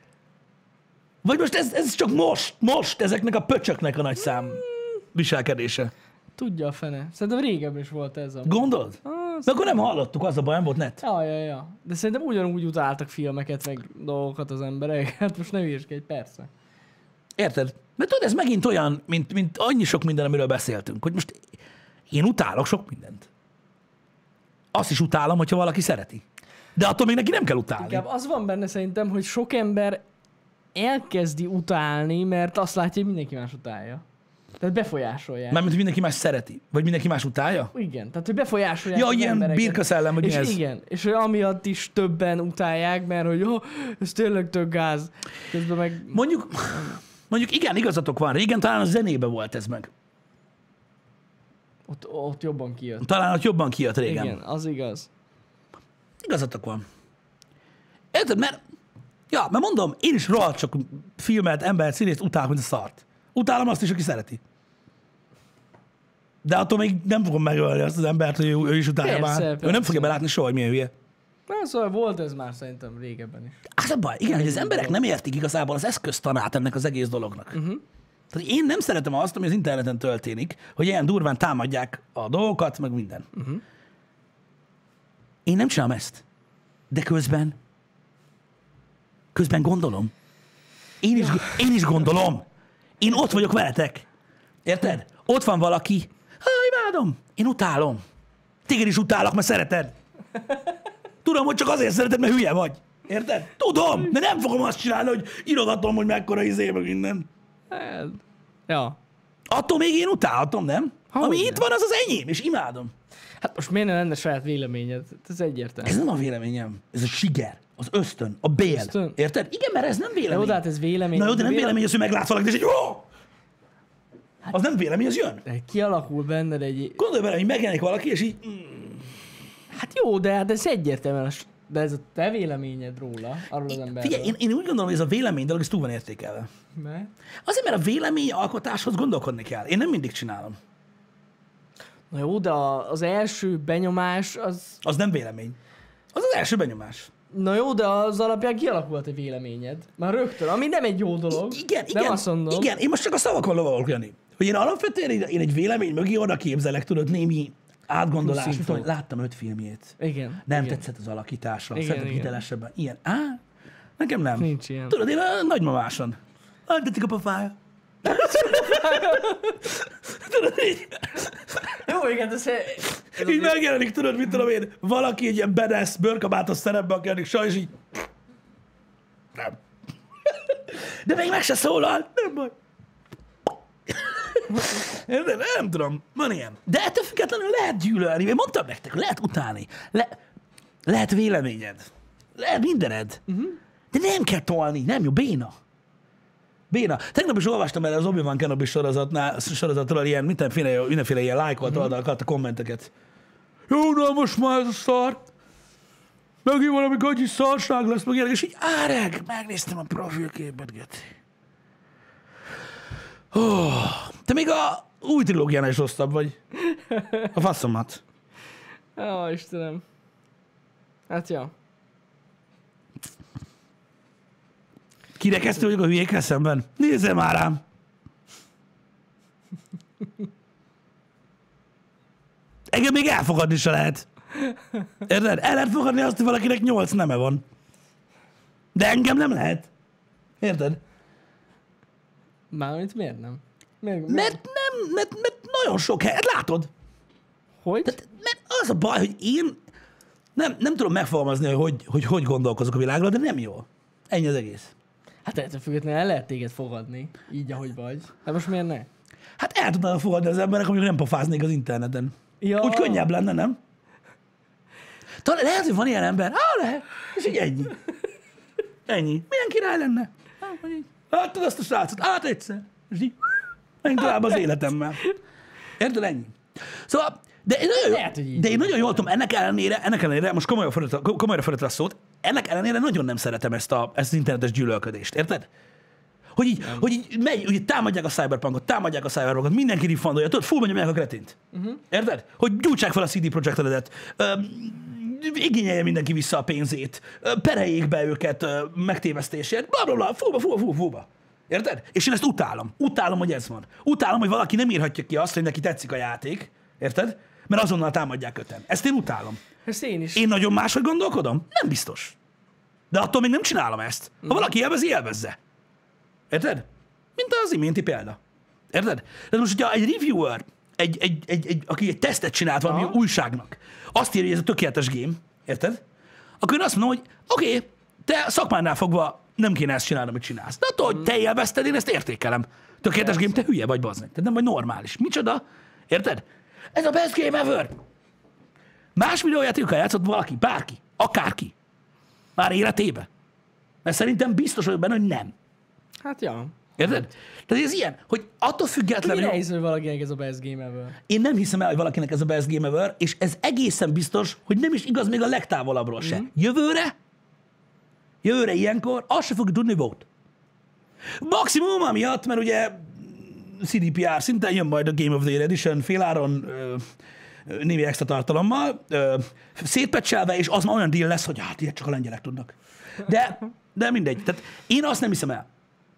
Vagy most ez, ez csak most, most ezeknek a pöcsöknek a nagy szám viselkedése. Tudja a fene. Szerintem régebben is volt ez a... Gondolod? Az... De akkor nem hallottuk, az a baj, nem volt net. Ja, ja, ja. De szerintem ugyanúgy utáltak filmeket, meg dolgokat az emberek. Hát most ne egy persze. Érted? Mert tudod, ez megint olyan, mint, mint annyi sok minden, amiről beszéltünk, hogy most én utálok sok mindent. Azt is utálom, hogyha valaki szereti. De attól még neki nem kell utálni. Inkább az van benne szerintem, hogy sok ember elkezdi utálni, mert azt látja, hogy mindenki más utálja. Tehát befolyásolják. Mármint, hogy mindenki más szereti. Vagy mindenki más utálja? Igen, tehát hogy befolyásolják Ja, az ilyen embereket. birka szellem, vagy mi és ez? igen, és hogy amiatt is többen utálják, mert hogy oh, ez tényleg tök gáz. Közben meg Mondjuk, mondjuk igen, igazatok van. Régen talán a zenébe volt ez meg. ott, ott jobban kijött. Talán ott jobban kijött régen. Igen. igen, az igaz. Igazatok van. Érted, mert... Ja, mert mondom, én is rohadt sok filmet, embert, színészt utálok, mint a szart. Utálom azt is, aki szereti. De attól még nem fogom megölni azt az embert, hogy ő, ő is utálja Persze, már. Ő nem persze. fogja belátni soha, hogy milyen hülye. Na, szóval volt ez már szerintem régebben is. Az Hát a baj, igen, hogy az emberek nem értik igazából az eszköztanát ennek az egész dolognak. Uh-huh. Tehát én nem szeretem azt, ami az interneten történik, hogy ilyen durván támadják a dolgokat, meg minden. Uh-huh. Én nem csinálom ezt. De közben, közben gondolom. Én is, én is gondolom. Én ott vagyok veletek. Érted? Ott van valaki. Há, imádom. Én utálom. Téged is utálok, mert szereted. Tudom, hogy csak azért szereted, mert hülye vagy. Érted? Tudom, de nem fogom azt csinálni, hogy írogatom, hogy mekkora izé, meg minden. Hát, Ja. Attól még én utálhatom, nem? Hogy Ami ne. itt van, az az enyém, és imádom. Hát most miért ne lenne saját véleményed? Hát Ez egyértelmű. Ez nem a véleményem. Ez a siker, az ösztön, a bél. Ösztön? Érted? Igen, mert ez nem De vélemény. oda hát ez vélemény. Hát- Na jó, de nem vélemény az, hogy meglátsz valakit, és egy ó! Az nem vélemény, az jön. De Kialakul benned egy... Gondolj bele, hogy megjelenik valaki, és így... mm, Hát jó, de hát ez egyértelműen... a s- De ez a te véleményed róla, arról az emberről. Figyelj, én, én úgy gondolom, hogy ez a vélemény dolog, ez túl van értékelve. Mert? Azért, mert a vélemény alkotáshoz gondolkodni kell. Én nem mindig csinálom. Na jó, de a- az első benyomás az... Az nem vélemény. Az az első benyomás. Na jó, de az alapján kialakult a véleményed. Már rögtön, ami nem egy jó dolog. I- igen, nem igen, azt mondom. igen, én most csak a szavakon lovalok, Jani. Hogy én alapvetően én- én egy vélemény mögé oda képzelek, tudod, némi átgondolást, Pluszintot. hogy láttam öt filmjét. Igen. Nem igen. tetszett az alakítása, Igen, szerintem igen. hitelesebben. Ilyen. Á, nekem nem. Nincs ilyen. Tudod, én a nagymamáson. Nem tetszik a pofája. tudod, így, Jó, igen, ez... ez így megjelenik, tudod, mit tudom én, valaki egy ilyen bedesz, bőrkabátos szerepbe, aki ennek sajnos így... Nem. De még meg se szólal. Nem baj. Érted? Nem tudom, van ilyen. De ettől függetlenül lehet gyűlölni. Én mondtam nektek, lehet utálni. Le, lehet véleményed. Lehet mindened. Uh-huh. De nem kell tolni, nem jó, béna. Béna. Tegnap is olvastam erre az Obi-Wan Kenobi sorozatnál, sorozatról ilyen mindenféle, mindenféle ilyen lájkolt uh-huh. oldalakat, a kommenteket. Jó, na most már ez a szar. Megint valami gagyi szarság lesz, meg ilyenek. És így áreg, megnéztem a profilképet, Geti. Te még a új trilógiánál is rosszabb vagy. A faszomat. Ó, Istenem. Hát ja. Kirekesztő vagyok a hülyékkel szemben. Nézze már rám! Engem még elfogadni se lehet. Érted? El lehet fogadni azt, hogy valakinek nyolc neme van. De engem nem lehet. Érted? Mármint miért nem? Miért, miért? Mert nem, mert, mert nagyon sok hely. Hát látod, Hogy? Tehát, mert az a baj, hogy én nem, nem tudom megfogalmazni, hogy hogy, hogy hogy gondolkozok a világról, de nem jó. Ennyi az egész. Hát ettől függetlenül el lehet téged fogadni, így ahogy vagy. Hát most miért ne? Hát el tudnának fogadni az emberek, amikor nem pofáznék az interneten. Ja. Úgy könnyebb lenne, nem? Talán lehet, hogy van ilyen ember. Á, lehet. És így ennyi. Ennyi. Milyen király lenne? Hát, hogy így. Láttad azt a srácot? Át egyszer. És így. Menjünk tovább az életemmel. Érted? Ennyi. Szóval, de én nagyon, Lehet, hogy így de én nagyon jól tudom, ennek ellenére, ennek ellenére, most komolyra fordítva, komolyra fordítva a szót, ennek ellenére nagyon nem szeretem ezt, a, ezt az internetes gyűlölködést, érted? Hogy így, hogy így megy, hogy így támadják a cyberpunkot, támadják a cyberpunkot, mindenki rifandolja, tudod, full mondja a kretint. Uh-huh. Érted? Hogy gyújtsák fel a CD projektedet, igényelje mindenki vissza a pénzét, ö, pereljék be őket ö, megtévesztésért, bla bla bla, fúba, fúba, fúba, fúba. Érted? És én ezt utálom. Utálom, hogy ez van. Utálom, hogy valaki nem írhatja ki azt, hogy neki tetszik a játék. Érted? Mert azonnal támadják öten. Ezt én utálom. Ezt Hát én is. Én nagyon máshogy gondolkodom? Nem biztos. De attól még nem csinálom ezt. Ha valaki élvezi, élvezze. Érted? Mint az iménti példa. Érted? De most, hogyha egy reviewer, egy, egy, egy, egy, aki egy tesztet csinált valami Aha. újságnak, azt írja, hogy ez a tökéletes game, érted? Akkor én azt mondom, hogy oké, okay, te szakmánál fogva nem kéne ezt csinálni, amit csinálsz. De attól, hogy te élvezted, én ezt értékelem. Tökéletes game, te hülye vagy, bazd meg. Te nem vagy normális. Micsoda? Érted? Ez a best game ever! Más videójátékkal játszott valaki, bárki, akárki. Már életébe. Mert szerintem biztos vagyok benne, hogy nem. Hát ja. Érted? Tehát ez ilyen, hogy attól Mire függetlenül hiszem, hogy valakinek ez a best game ever? Hát én nem hiszem el, hogy valakinek ez a best game ever, és ez egészen biztos, hogy nem is igaz még a legtávolabbról Mhm. se. Jövőre, jövőre ilyenkor, azt se fogjuk tudni, hogy volt. Maximum amiatt, mert ugye CDPR szinten jön majd a Game of the Year Edition féláron ö, ö, némi extra tartalommal, ö, szétpecselve, és az már olyan deal lesz, hogy hát ilyet csak a lengyelek tudnak. De, de mindegy. Tehát én azt nem hiszem el.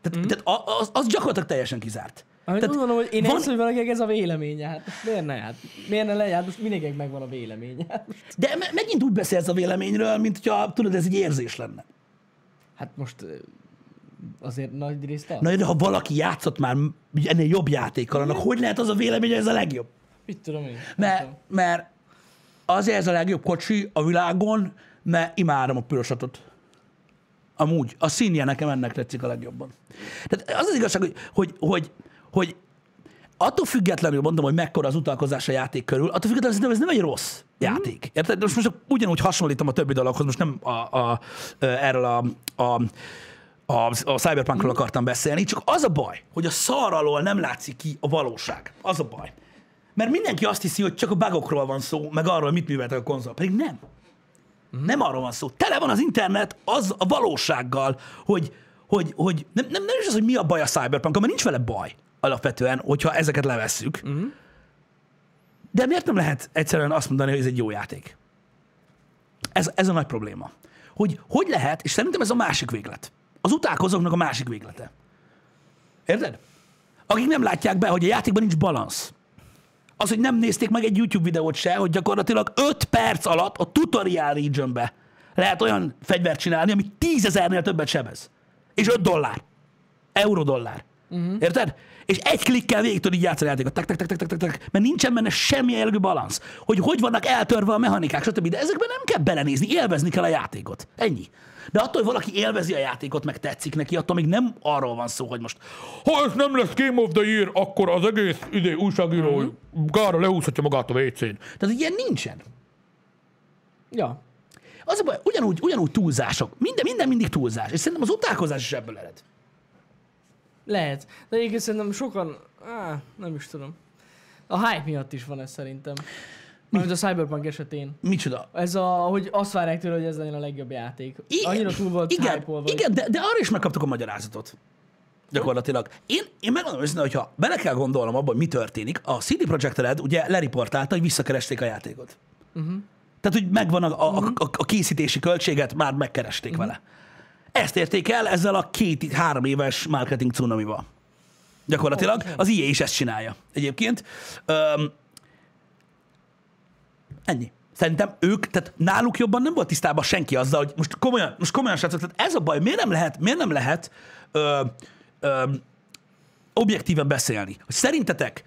Tehát, mm. tehát a- az, az gyakorlatilag teljesen kizárt. Amit Tehát Mhm. úgy gondolom, hogy én van- van... hiszem, hogy valakinek ez a véleménye. Hát most miért ne? Hát, miért ne legyen? Hát most mindenkinek megvan a véleménye. Hát most, De me- megint úgy beszélsz a véleményről, mint hogyha tudod, ez egy érzés lenne. hát most ö, azért nagy részt ad. Na de ha valaki játszott már ennél jobb játékkal, annak hogy lehet az a vélemény, hogy ez a legjobb? Mit tudom én? Mert, mert azért ez a legjobb kocsi a világon, mert imádom a pirosatot. Amúgy. A színje nekem ennek tetszik a legjobban. Tehát az az igazság, hogy, hogy, hogy, hogy attól függetlenül mondom, hogy mekkora az utalkozás a játék körül, attól függetlenül szerintem ez nem egy rossz játék. Érted? Most, most ugyanúgy hasonlítom a többi dologhoz, most nem a, a, ö, erről a, a a, a Cyberpunkról akartam beszélni, csak az a baj, hogy a szar alól nem látszik ki a valóság. Az a baj. Mert mindenki azt hiszi, hogy csak a bugokról van szó, meg arról, hogy mit műveltek a konzol. Pedig nem. Nem arról van szó. Tele van az internet az a valósággal, hogy, hogy, hogy nem, nem, nem is az, hogy mi a baj a cyberpunk mert nincs vele baj alapvetően, hogyha ezeket levesszük. Uh-huh. De miért nem lehet egyszerűen azt mondani, hogy ez egy jó játék? Ez, ez a nagy probléma. Hogy hogy lehet, és szerintem ez a másik véglet. Az utálkozóknak a másik véglete. Érted? Akik nem látják be, hogy a játékban nincs balansz az, hogy nem nézték meg egy YouTube videót se, hogy gyakorlatilag 5 perc alatt a tutorial regionbe lehet olyan fegyvert csinálni, ami tízezernél többet sebez. És 5 dollár. Eurodollár. Uh-huh. Érted? És egy klikkel végig tudod így játszani a játékot. Tak, tak, tak, tak, tak, tak, tak, mert nincsen benne semmi jellegű balansz. Hogy hogy vannak eltörve a mechanikák, stb. De ezekben nem kell belenézni, élvezni kell a játékot. Ennyi. De attól, hogy valaki élvezi a játékot, meg tetszik neki, attól még nem arról van szó, hogy most Ha ez nem lesz Game of the Year, akkor az egész idő újságíró gára leúszhatja magát a WC-n. Tehát ilyen nincsen. Ja. Az a baj, ugyanúgy, ugyanúgy túlzások. Minden, minden mindig túlzás. És szerintem az utálkozás is ebből ered. Lehet. De egyébként szerintem sokan... Á, nem is tudom. A hype miatt is van ez szerintem. Mármint a Cyberpunk esetén. Micsoda? Ez a, hogy azt várják tőle, hogy ez legyen a legjobb játék. Igen, Annyira túl volt igen, hype-olva, hogy- igen de, de arra is megkaptuk a magyarázatot. Gyakorlatilag. Én, én megmondom őszintén, hogyha bele kell gondolnom abban, hogy mi történik, a CD Projekt Red ugye leriportálta, hogy visszakeresték a játékot. Uh-huh. Mhm. Tehát, hogy megvan a, a, a, a készítési költséget, már megkeresték Mhm. uh-huh. vele. Ezt érték el ezzel a két-három éves marketing cunamival. Gyakorlatilag az IE is ezt csinálja egyébként. Öm, Ennyi. Szerintem ők, tehát náluk jobban nem volt tisztában senki azzal, hogy most komolyan, most komolyan srácok, tehát ez a baj, miért nem lehet, miért nem lehet ö, ö, objektíven beszélni? Hogy szerintetek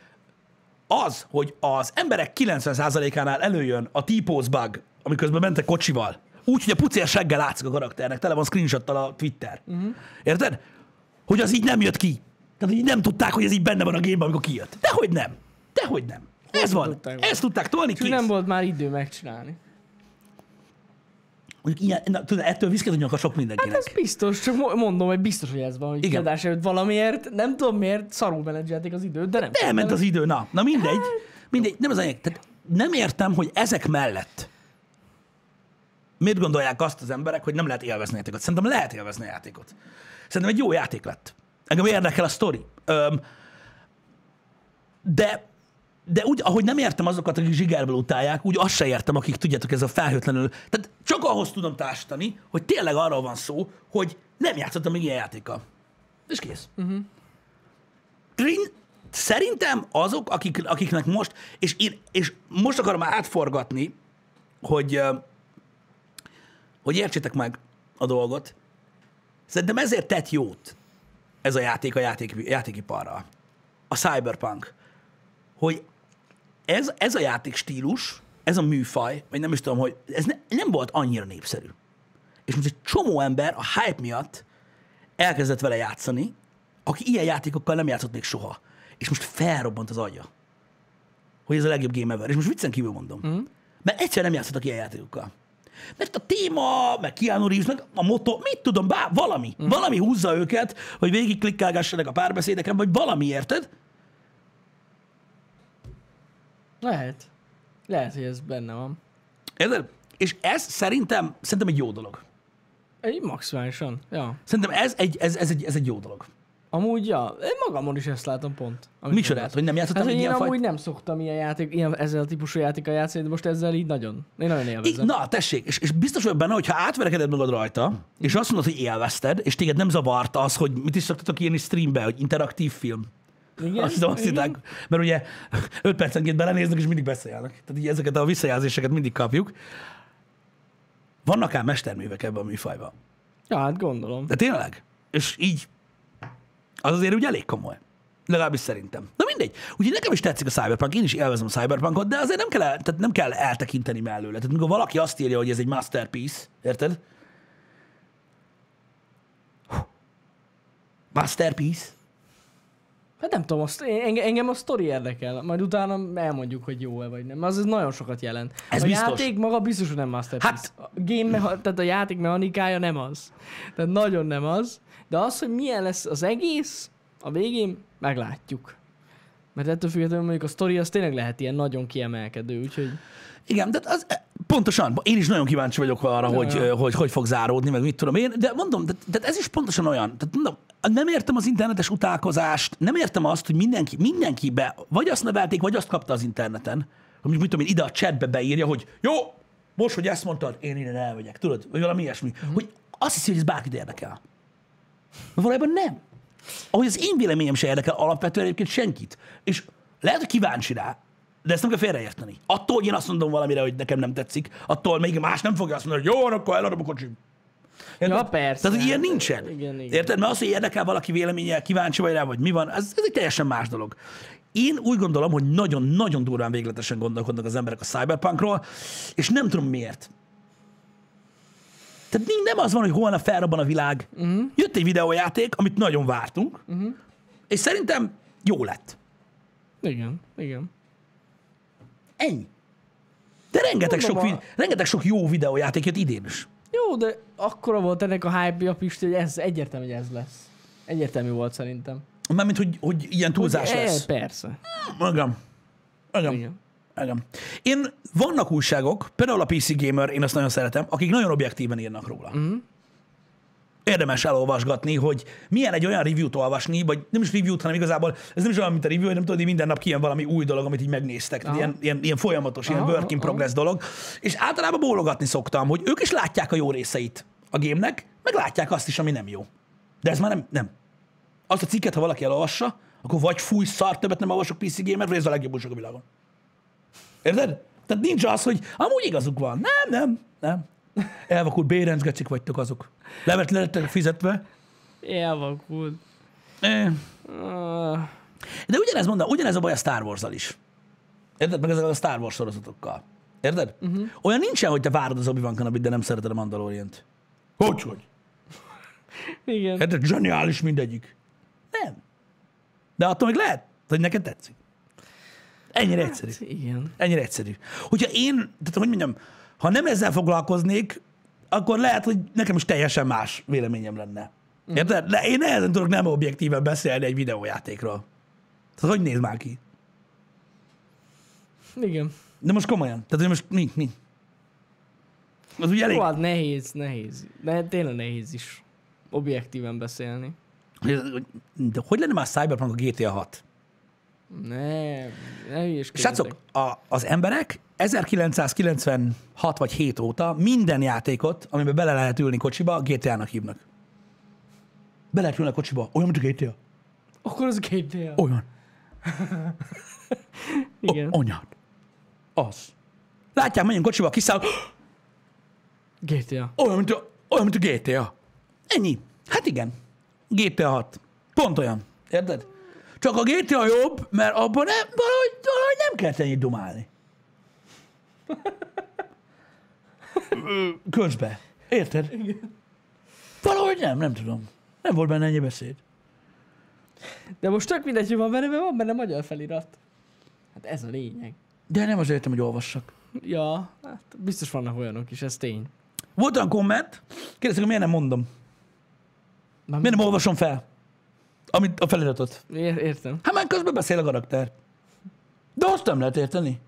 az, hogy az emberek 90%-ánál előjön a T-pose bug, amiközben mentek kocsival, úgy, hogy a pucér seggel látszik a karakternek, tele van screenshottal a Twitter. Mhm. Uh-huh. Érted? Hogy az így nem jött ki. Tehát, hogy így nem tudták, hogy ez így benne van a gémben, amikor kijött. Dehogy nem. Dehogy nem. ez van. tudták volna? Ezt tudták tolni, Csak kész. nem volt már idő megcsinálni. Mondjuk ilyen, na, tudod, ettől viszkedünk a sok mindenkinek. Hát Ez biztos, csak mo- mondom, hogy biztos, hogy ez van, hogy Hát Igen. Igen. kiadás előtt valamiért, nem tudom miért, szarul menedzselték az időt, de nem. Hát- De elment az idő, na. Na mindegy. Mindegy, nem az anyag. Tehát nem értem, hogy ezek mellett miért gondolják azt az emberek, hogy nem lehet élvezni a játékot. Szerintem lehet élvezni a játékot. Szerintem egy jó játék lett. Engem érdekel a sztori. Öm, de de úgy, ahogy nem értem azokat, akik zsigerből utálják, úgy azt se értem, akik tudjátok, ez a felhőtlenül. Tehát csak ahhoz tudom társítani, hogy tényleg arról van szó, hogy nem játszottam még ilyen játékkal. És kész. Trin, szerintem azok, akik, akiknek most, és, én, és most akarom átforgatni, hogy, ö, hogy értsétek meg a dolgot. Szerintem ezért tett jót ez a játék a játék, játékiparral. A cyberpunk. Hogy ez, ez a játék stílus, ez a műfaj, vagy nem is tudom, hogy ez ne, nem volt annyira népszerű. És most egy csomó ember a hype miatt elkezdett vele játszani, aki ilyen játékokkal nem játszott még soha. És most felrobbant az agya, hogy ez a legjobb game ever. És most viccen kívül mondom. Mm. Mert egyszer nem játszottak ilyen játékokkal. Mert a téma, meg Keanu Reeves, meg a moto, mit tudom, bá, valami. Mm. Valami húzza őket, hogy végig klikkelgessenek a párbeszédeken, vagy valami, érted? Lehet. Lehet, hogy ez benne van. Érted? És ez szerintem, szerintem egy jó dolog. Egy maximálisan, ja. Szerintem ez egy, ez, ez egy, ez egy jó dolog. Amúgy, ja, én magamon is ezt látom pont. amit Micsodát, mondasz. hogy nem játszottam Hát, hogy egy én ilyen amúgy fajta... nem szoktam ilyen játék, ilyen, ezzel a típusú játékkal játszani, de most ezzel így nagyon. Én nagyon I- élvezem. na, tessék, és, és biztos vagy benne, hogy ha átverekeded magad rajta, és azt mondod, hogy élvezted, és téged nem zavart az, hogy mit is szoktatok írni streambe, hogy interaktív film. Igen? Azt hiszem, azt Igen? hitták, mert ugye 5 percenként belenéznek, és mindig beszélnek. Tehát így ezeket a visszajelzéseket mindig kapjuk. Vannak ám mesterművek ebben a műfajban. Ja, hát gondolom. De tényleg? És így az azért ugye elég komoly. Legalábbis szerintem. Na mindegy. Úgyhogy nekem is tetszik a Cyberpunk, én is élvezem a Cyberpunkot, de azért nem kell, el, tehát nem kell eltekinteni mellőle. Tehát mikor valaki azt írja, hogy ez egy masterpiece, érted? Hú. Masterpiece? Hát nem tudom, a sztori, enge- engem a sztori érdekel, majd utána elmondjuk, hogy jó-e vagy nem. Az az nagyon sokat jelent. Ez a biztos. játék maga biztos, hogy nem masterpiece. Hát... A game meha- tehát a játék mechanikája nem az. Tehát nagyon nem az. De az, hogy milyen lesz az egész, a végén meglátjuk. Mert ettől függetlenül mondjuk a sztori az tényleg lehet ilyen nagyon kiemelkedő, úgyhogy... Igen, de az, e, pontosan, én is nagyon kíváncsi vagyok arra, hogy, ja. hogy, hogy hogy fog záródni, meg mit tudom én, de mondom, de, de ez is pontosan olyan. Tehát mondom, nem értem az internetes utálkozást, nem értem azt, hogy mindenki, mindenkibe vagy azt nevelték, vagy azt kapta az interneten, hogy mondjuk, mit tudom én, ide a chatbe beírja, hogy jó, most, hogy ezt mondtad, én innen elmegyek, tudod, vagy valami ilyesmi, hogy azt hiszi, hogy ez bárkit érdekel. Valójában nem. Ahogy az én véleményem se érdekel alapvetően egyébként senkit. És lehet, hogy kíváncsi rá, de ezt nem kell félreérteni. Attól, hogy én azt mondom valamire, hogy nekem nem tetszik, attól még más nem fogja azt mondani, hogy jó, van, akkor eladom a kocsim. Érted? Ja, persze. Tehát, hogy ilyen nincsen. Igen, igen. Érted? Mert az, hogy érdekel valaki véleménye, kíváncsi vagy rá, vagy mi van, ez, ez egy teljesen más dolog. Én úgy gondolom, hogy nagyon-nagyon durván végletesen gondolkodnak az emberek a cyberpunkról, és nem tudom miért. Tehát nem- nem az van, hogy holnap felrobban a világ. Mhm. Uh-huh. Jött egy videójáték, amit nagyon vártunk, uh-huh. és szerintem jó lett. Igen, igen. Ennyi. De rengeteg, sok, Mondom, vi- rengeteg sok jó videójáték jött idén is. Jó, de akkora volt ennek a hype-ja, Pisti, hogy ez egyértelmű, hogy ez lesz. Egyértelmű volt szerintem. Mármint, hogy, hogy ilyen túlzás Hogy- lesz. Eh, Persze. Igen. Igen. Igen. Igen. Én, vannak újságok, például a PC Gamer, én azt nagyon szeretem, akik nagyon objektíven írnak róla. Mhm. Uh-huh. Érdemes elolvasgatni, hogy milyen egy olyan review-t olvasni, vagy nem is review-t, hanem igazából ez nem is olyan, mint a review, hogy nem tudod, hogy minden nap kijön valami új dolog, amit így megnéztek. Tehát Ilyen, ilyen, ilyen folyamatos, ilyen Aha, work in aha. progress dolog. És általában bólogatni szoktam, hogy ők is látják a jó részeit a gémnek, meg látják azt is, ami nem jó. De ez már nem, nem, azt a cikket, ha valaki elolvassa, akkor vagy fúj szar, többet nem olvasok PC Gamer, vagy ez a legjobb újság a világon. Érted? Tehát nincs az, hogy amúgy igazuk van. Nem, nem, nem. Elvakult bérencgecik vagytok azok. Levet lettek fizetve. Elvakult. Eh. Uh, De ugyanez mondom, ugyanez a baj a Star Wars-al is. Érted? Meg ezekkel a Star Wars sorozatokkal. Érted? Uh-huh. Olyan nincsen, hogy te várod az Obi-Wan Kenobit, de nem szereted a Mandalorient. Hogyhogy? igen. Érted? Zseniális mindegyik. Nem. De attól még lehet, hogy neked tetszik. Ennyire egyszerű. Igen. Ennyire egyszerű. Hogyha én, tehát hogy mondjam, ha nem ezzel foglalkoznék, akkor lehet, hogy nekem is teljesen más véleményem lenne. Érted? De én nehezen tudok nem objektíven beszélni egy videójátékról. Tehát hogy néz már ki? Igen. De most komolyan. Tehát, hogy most mi? mi? Az ugye elég. Jó, hát nehéz, nehéz. De hát tényleg nehéz is objektíven beszélni. De hogy lenne már Cyberpunk a GTA 6? Ne, ne hülyeskedjetek. Srácok, a, az emberek 1996 vagy 7 óta minden játékot, amiben bele lehet ülni kocsiba, GTA-nak hívnak. Bele lehet ülni a kocsiba. Olyan, mint a GTA. Akkor az GTA. Olyan. igen. O, anyád. Az. Látják, megyünk kocsiba, kiszáll. GTA. Olyan, mint a, olyan, mint a GTA. Ennyi. Hát igen. GTA 6. Pont olyan. Érted? Csak a GTA jobb, mert abban nem, valahogy, valahogy nem kell ennyit dumálni. Ö, Közbe. Érted? Valahogy nem, nem tudom. Nem volt benne ennyi beszéd. De most tök mindegy, hogy van benne, mert van benne magyar felirat. Hát ez a lényeg. De nem azért értem, hogy olvassak. Ja, hát biztos vannak olyanok is, ez tény. Volt olyan komment, kérdezték, hogy miért nem mondom. Már Miért nem olvasom fel? Amit a feliratot. Ér- értem. Hát már közben beszél a karakter. De azt nem lehet érteni.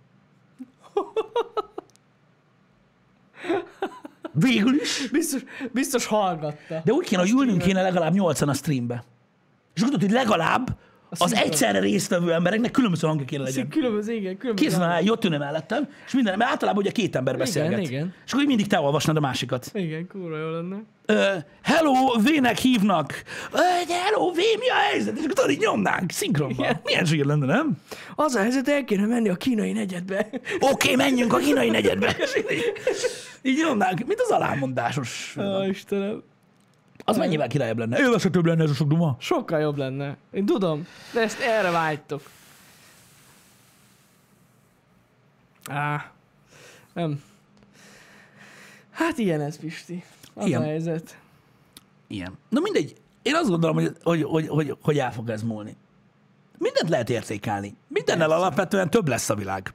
Végül is. Biztos, biztos hallgatta. De úgy kéne, hogy ülnünk kéne legalább 80 a streambe. És tudod, hogy legalább az szinkron. egyszerre résztvevő embereknek különböző hangja kéne legyen. Szik- Különböző, igen, különböző. Kézben áll, ott ülne mellettem, és minden, mert általában ugye két ember beszélget. igen. És akkor így mindig te olvasnád a másikat. Igen, kurva jó lenne. Ö, hello, V-nek hívnak. Ö, de hello, V, mi a helyzet? És akkor tudod, így nyomnánk, szinkronban. Igen. Milyen zsír lenne, nem? Az a helyzet, el kéne menni a kínai negyedbe. Oké, okay, menjünk a kínai negyedbe. És így- így nyomnánk, mint az alámondásos. Ó, Istenem. Az mennyivel királyabb lenne? Élvezhetőbb lenne ez a sok duma. Sokkal jobb lenne. Én tudom, de ezt erre vágytok. Á, nem. Hát ilyen ez, Pisti. Az Ilyen. a helyzet. Ilyen. Na mindegy, én azt gondolom, hogy, hogy, hogy, hogy, hogy el fog ez múlni. Mindent lehet értékelni. Mindennel alapvetően több lesz a világ.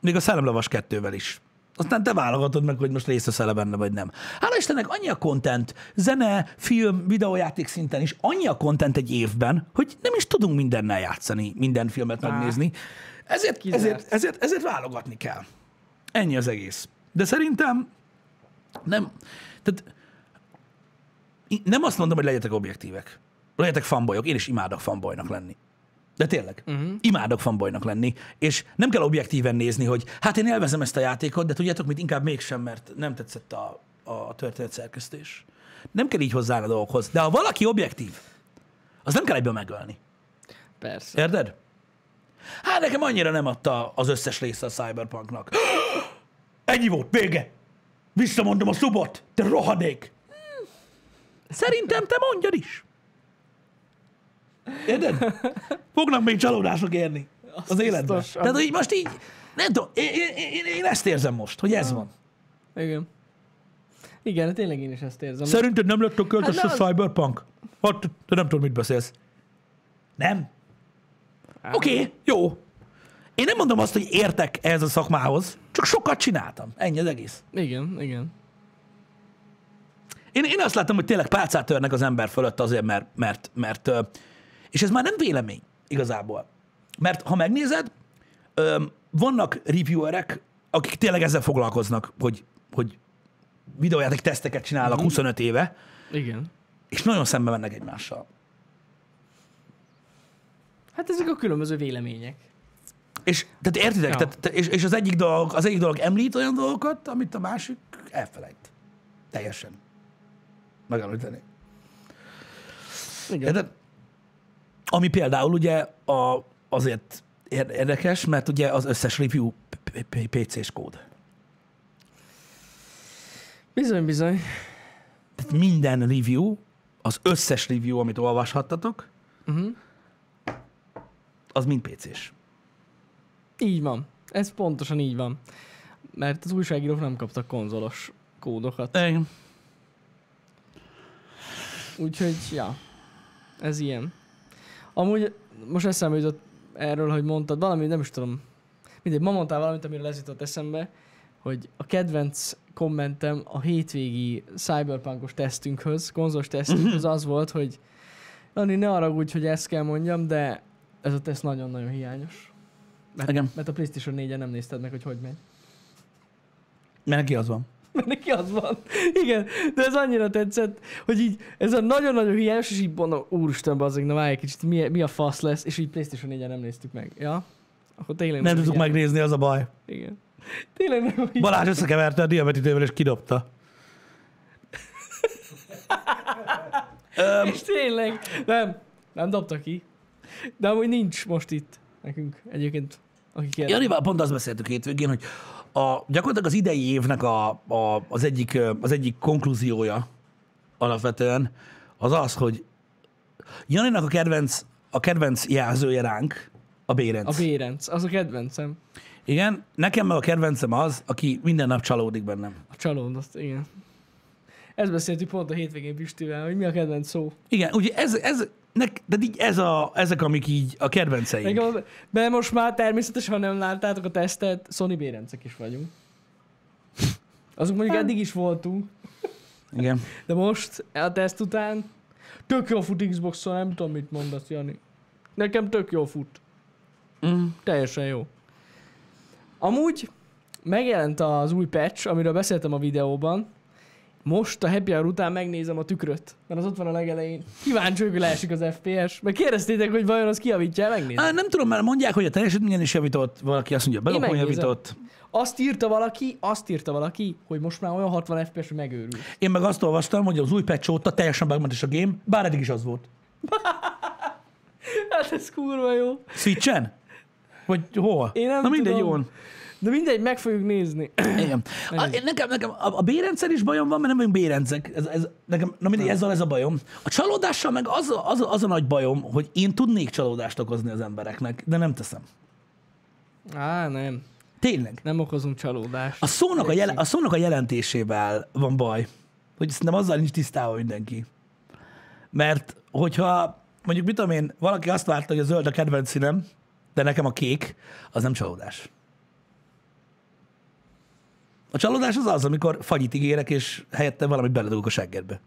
Még a szellemlovas kettővel is. Aztán te válogatod meg, hogy most részt veszel benne, vagy nem. Hála Istennek annyi a content, zene, film, videójáték szinten is, annyi a content egy évben, hogy nem is tudunk mindennel játszani, minden filmet megnézni. Ezért, Kizárt. ezért, ezért, ezért válogatni kell. Ennyi az egész. De szerintem nem, tehát I- nem azt mondom, hogy legyetek objektívek. Legyetek fanboyok. Én is imádok fanboynak lenni. De tényleg. Uh-huh. Imádok fanboynak lenni. És nem kell objektíven nézni, hogy hát én élvezem ezt a játékot, de tudjátok mit, inkább mégsem, mert nem tetszett a, a történet szerkesztés. Nem kell így hozzá a dolgokhoz. De ha valaki objektív, az nem kell egyből megölni. Persze. Érted? Hát nekem annyira nem adta az összes része a Cyberpunknak. Ennyi volt, vége. Visszamondom a szubot, te rohadék. Hmm. Szerintem te mondjad is. Érted? Fognak még csalódások érni az életben. biztos, Tehát az- így most így, nem tudom, én, én, én, én ezt érzem most, hogy ez van. Igen. Igen, hát tényleg én is ezt érzem. Szerinted nem lett tökéletes Hát nem. Cyberpunk? Hát, te nem tudod, mit beszélsz. Nem. Á. Oké, okay, jó. Én nem mondom azt, hogy értek ehhez a szakmához, csak sokat csináltam. Ennyi az egész. Igen, igen. Én, én azt látom, hogy tényleg pálcát törnek az ember fölött azért, mert, mert, mert ö, és ez már nem vélemény igazából. Mert ha megnézed, ö, vannak reviewerek, akik tényleg ezzel foglalkoznak, hogy, hogy videójáték teszteket csinálnak 25 éve, Igen. és nagyon szembe mennek egymással. Hát ezek a különböző vélemények. És tehát értitek, Ja. tehát, te- és, és az, egyik dolog, az egyik dolog említ olyan dolgokat, amit a másik elfelejt. Teljesen. Megemlíteni. Igen. Érted? Ami például ugye a, azért ér- érdekes, mert ugye az összes review p- p- p- PC-s kód. Bizony, bizony. Tehát minden review, az összes review, amit olvashattatok, Uh-huh. az mind PC-s. Így van. Ez pontosan így van. Mert az újságírók nem kaptak konzolos kódokat. Igen. Úgyhogy, ja. Ez ilyen. Amúgy most eszembe jutott erről, hogy mondtad valami, nem is tudom. Mindegy, ma mondtál valamit, amiről ez jutott eszembe, hogy a kedvenc kommentem a hétvégi cyberpunkos tesztünkhöz, konzolos tesztünkhöz az volt, hogy Lani, ne haragudj, hogy ezt kell mondjam, de ez a teszt nagyon-nagyon hiányos. Mert, Igen. mert a PlayStation 4-en nem nézted meg, hogy hogy megy. Mert neki az van. Mert neki az van. Igen, de ez annyira tetszett, hogy így ez a nagyon-nagyon hiányos, és így mondom, úristen, bazzeg, na várj egy kicsit, mi, mi a fasz lesz, és így Playstation 4 nem néztük meg. Ja? Akkor tényleg Nem tudtuk igen. megnézni, az a baj. Igen. Tényleg nem így. Balázs összekeverte a diabetitővel, és kidobta. És tényleg. Nem, nem dobta ki. De amúgy nincs most itt nekünk egyébként, akik ilyen. Janival pont azt beszéltük hétvégén, hogy a, gyakorlatilag az idei évnek a, a, az, egyik, ö, az egyik konklúziója alapvetően az az, hogy Janinak a kedvenc, a kedvenc jelzője ránk a A Bérenc. Bérenc, az a kedvencem. Igen, nekem meg a kedvencem az, aki minden nap csalódik bennem. A csalódott, igen. Ezt beszéltük pont a hétvégén Pistivel, hogy mi a kedvenc szó. Igen, ugye ez, ez, nek, de így ez a, ezek, amik így a kedvenceink. Meg a, de most már természetesen, ha nem láttátok a tesztet, Sony Bérencek is vagyunk. Azok mondjuk eddig is voltunk, Igen. de most a teszt után tök jól fut Xboxon, nem tudom mit mondasz, Jani. Nekem tök jól fut. Mm. Teljesen jó. Amúgy megjelent az új patch, amiről beszéltem a videóban. Most a happy hour után megnézem a tükröt, mert az ott van a legelején. Kíváncsi, vagyok, hogy leesik az FPS. Meg kérdeztétek, hogy vajon az kiavítja, megnézem. Á, nem tudom, mert mondják, hogy a teljesítményen is javított, valaki azt mondja, belopon megnézem. javított. Azt írta valaki, azt írta valaki, hogy most már olyan 60 FPS, hogy megőrül. Én meg azt olvastam, hogy az új patch óta teljesen megmentes a game, bár eddig is az volt. Hát ez kurva jó. Switchen? Vagy hol? Én nem Na mindegy, tudom. jól. De mindegy, meg fogjuk nézni. Igen. A, én nekem, nekem a, a B-rendszer is bajom van, mert nem vagyunk B-rendek. Ez, ez, nekem, na mindegy, ezzel ez a bajom. A csalódással meg az, a- az, a- az a nagy bajom, hogy én tudnék csalódást okozni az embereknek, de nem teszem. Á, nem. Tényleg. Nem okozunk csalódást. A szónak a, jel, a szónak a jelentésével van baj. Hogy szerintem azzal nincs tisztában mindenki. Mert hogyha mondjuk mit tudom én, valaki azt várta, hogy a zöld a kedvenc színem, de nekem a kék, az nem csalódás. A csalódás az az, amikor fagyit ígérek, és helyette valamit beledugok a seggedbe.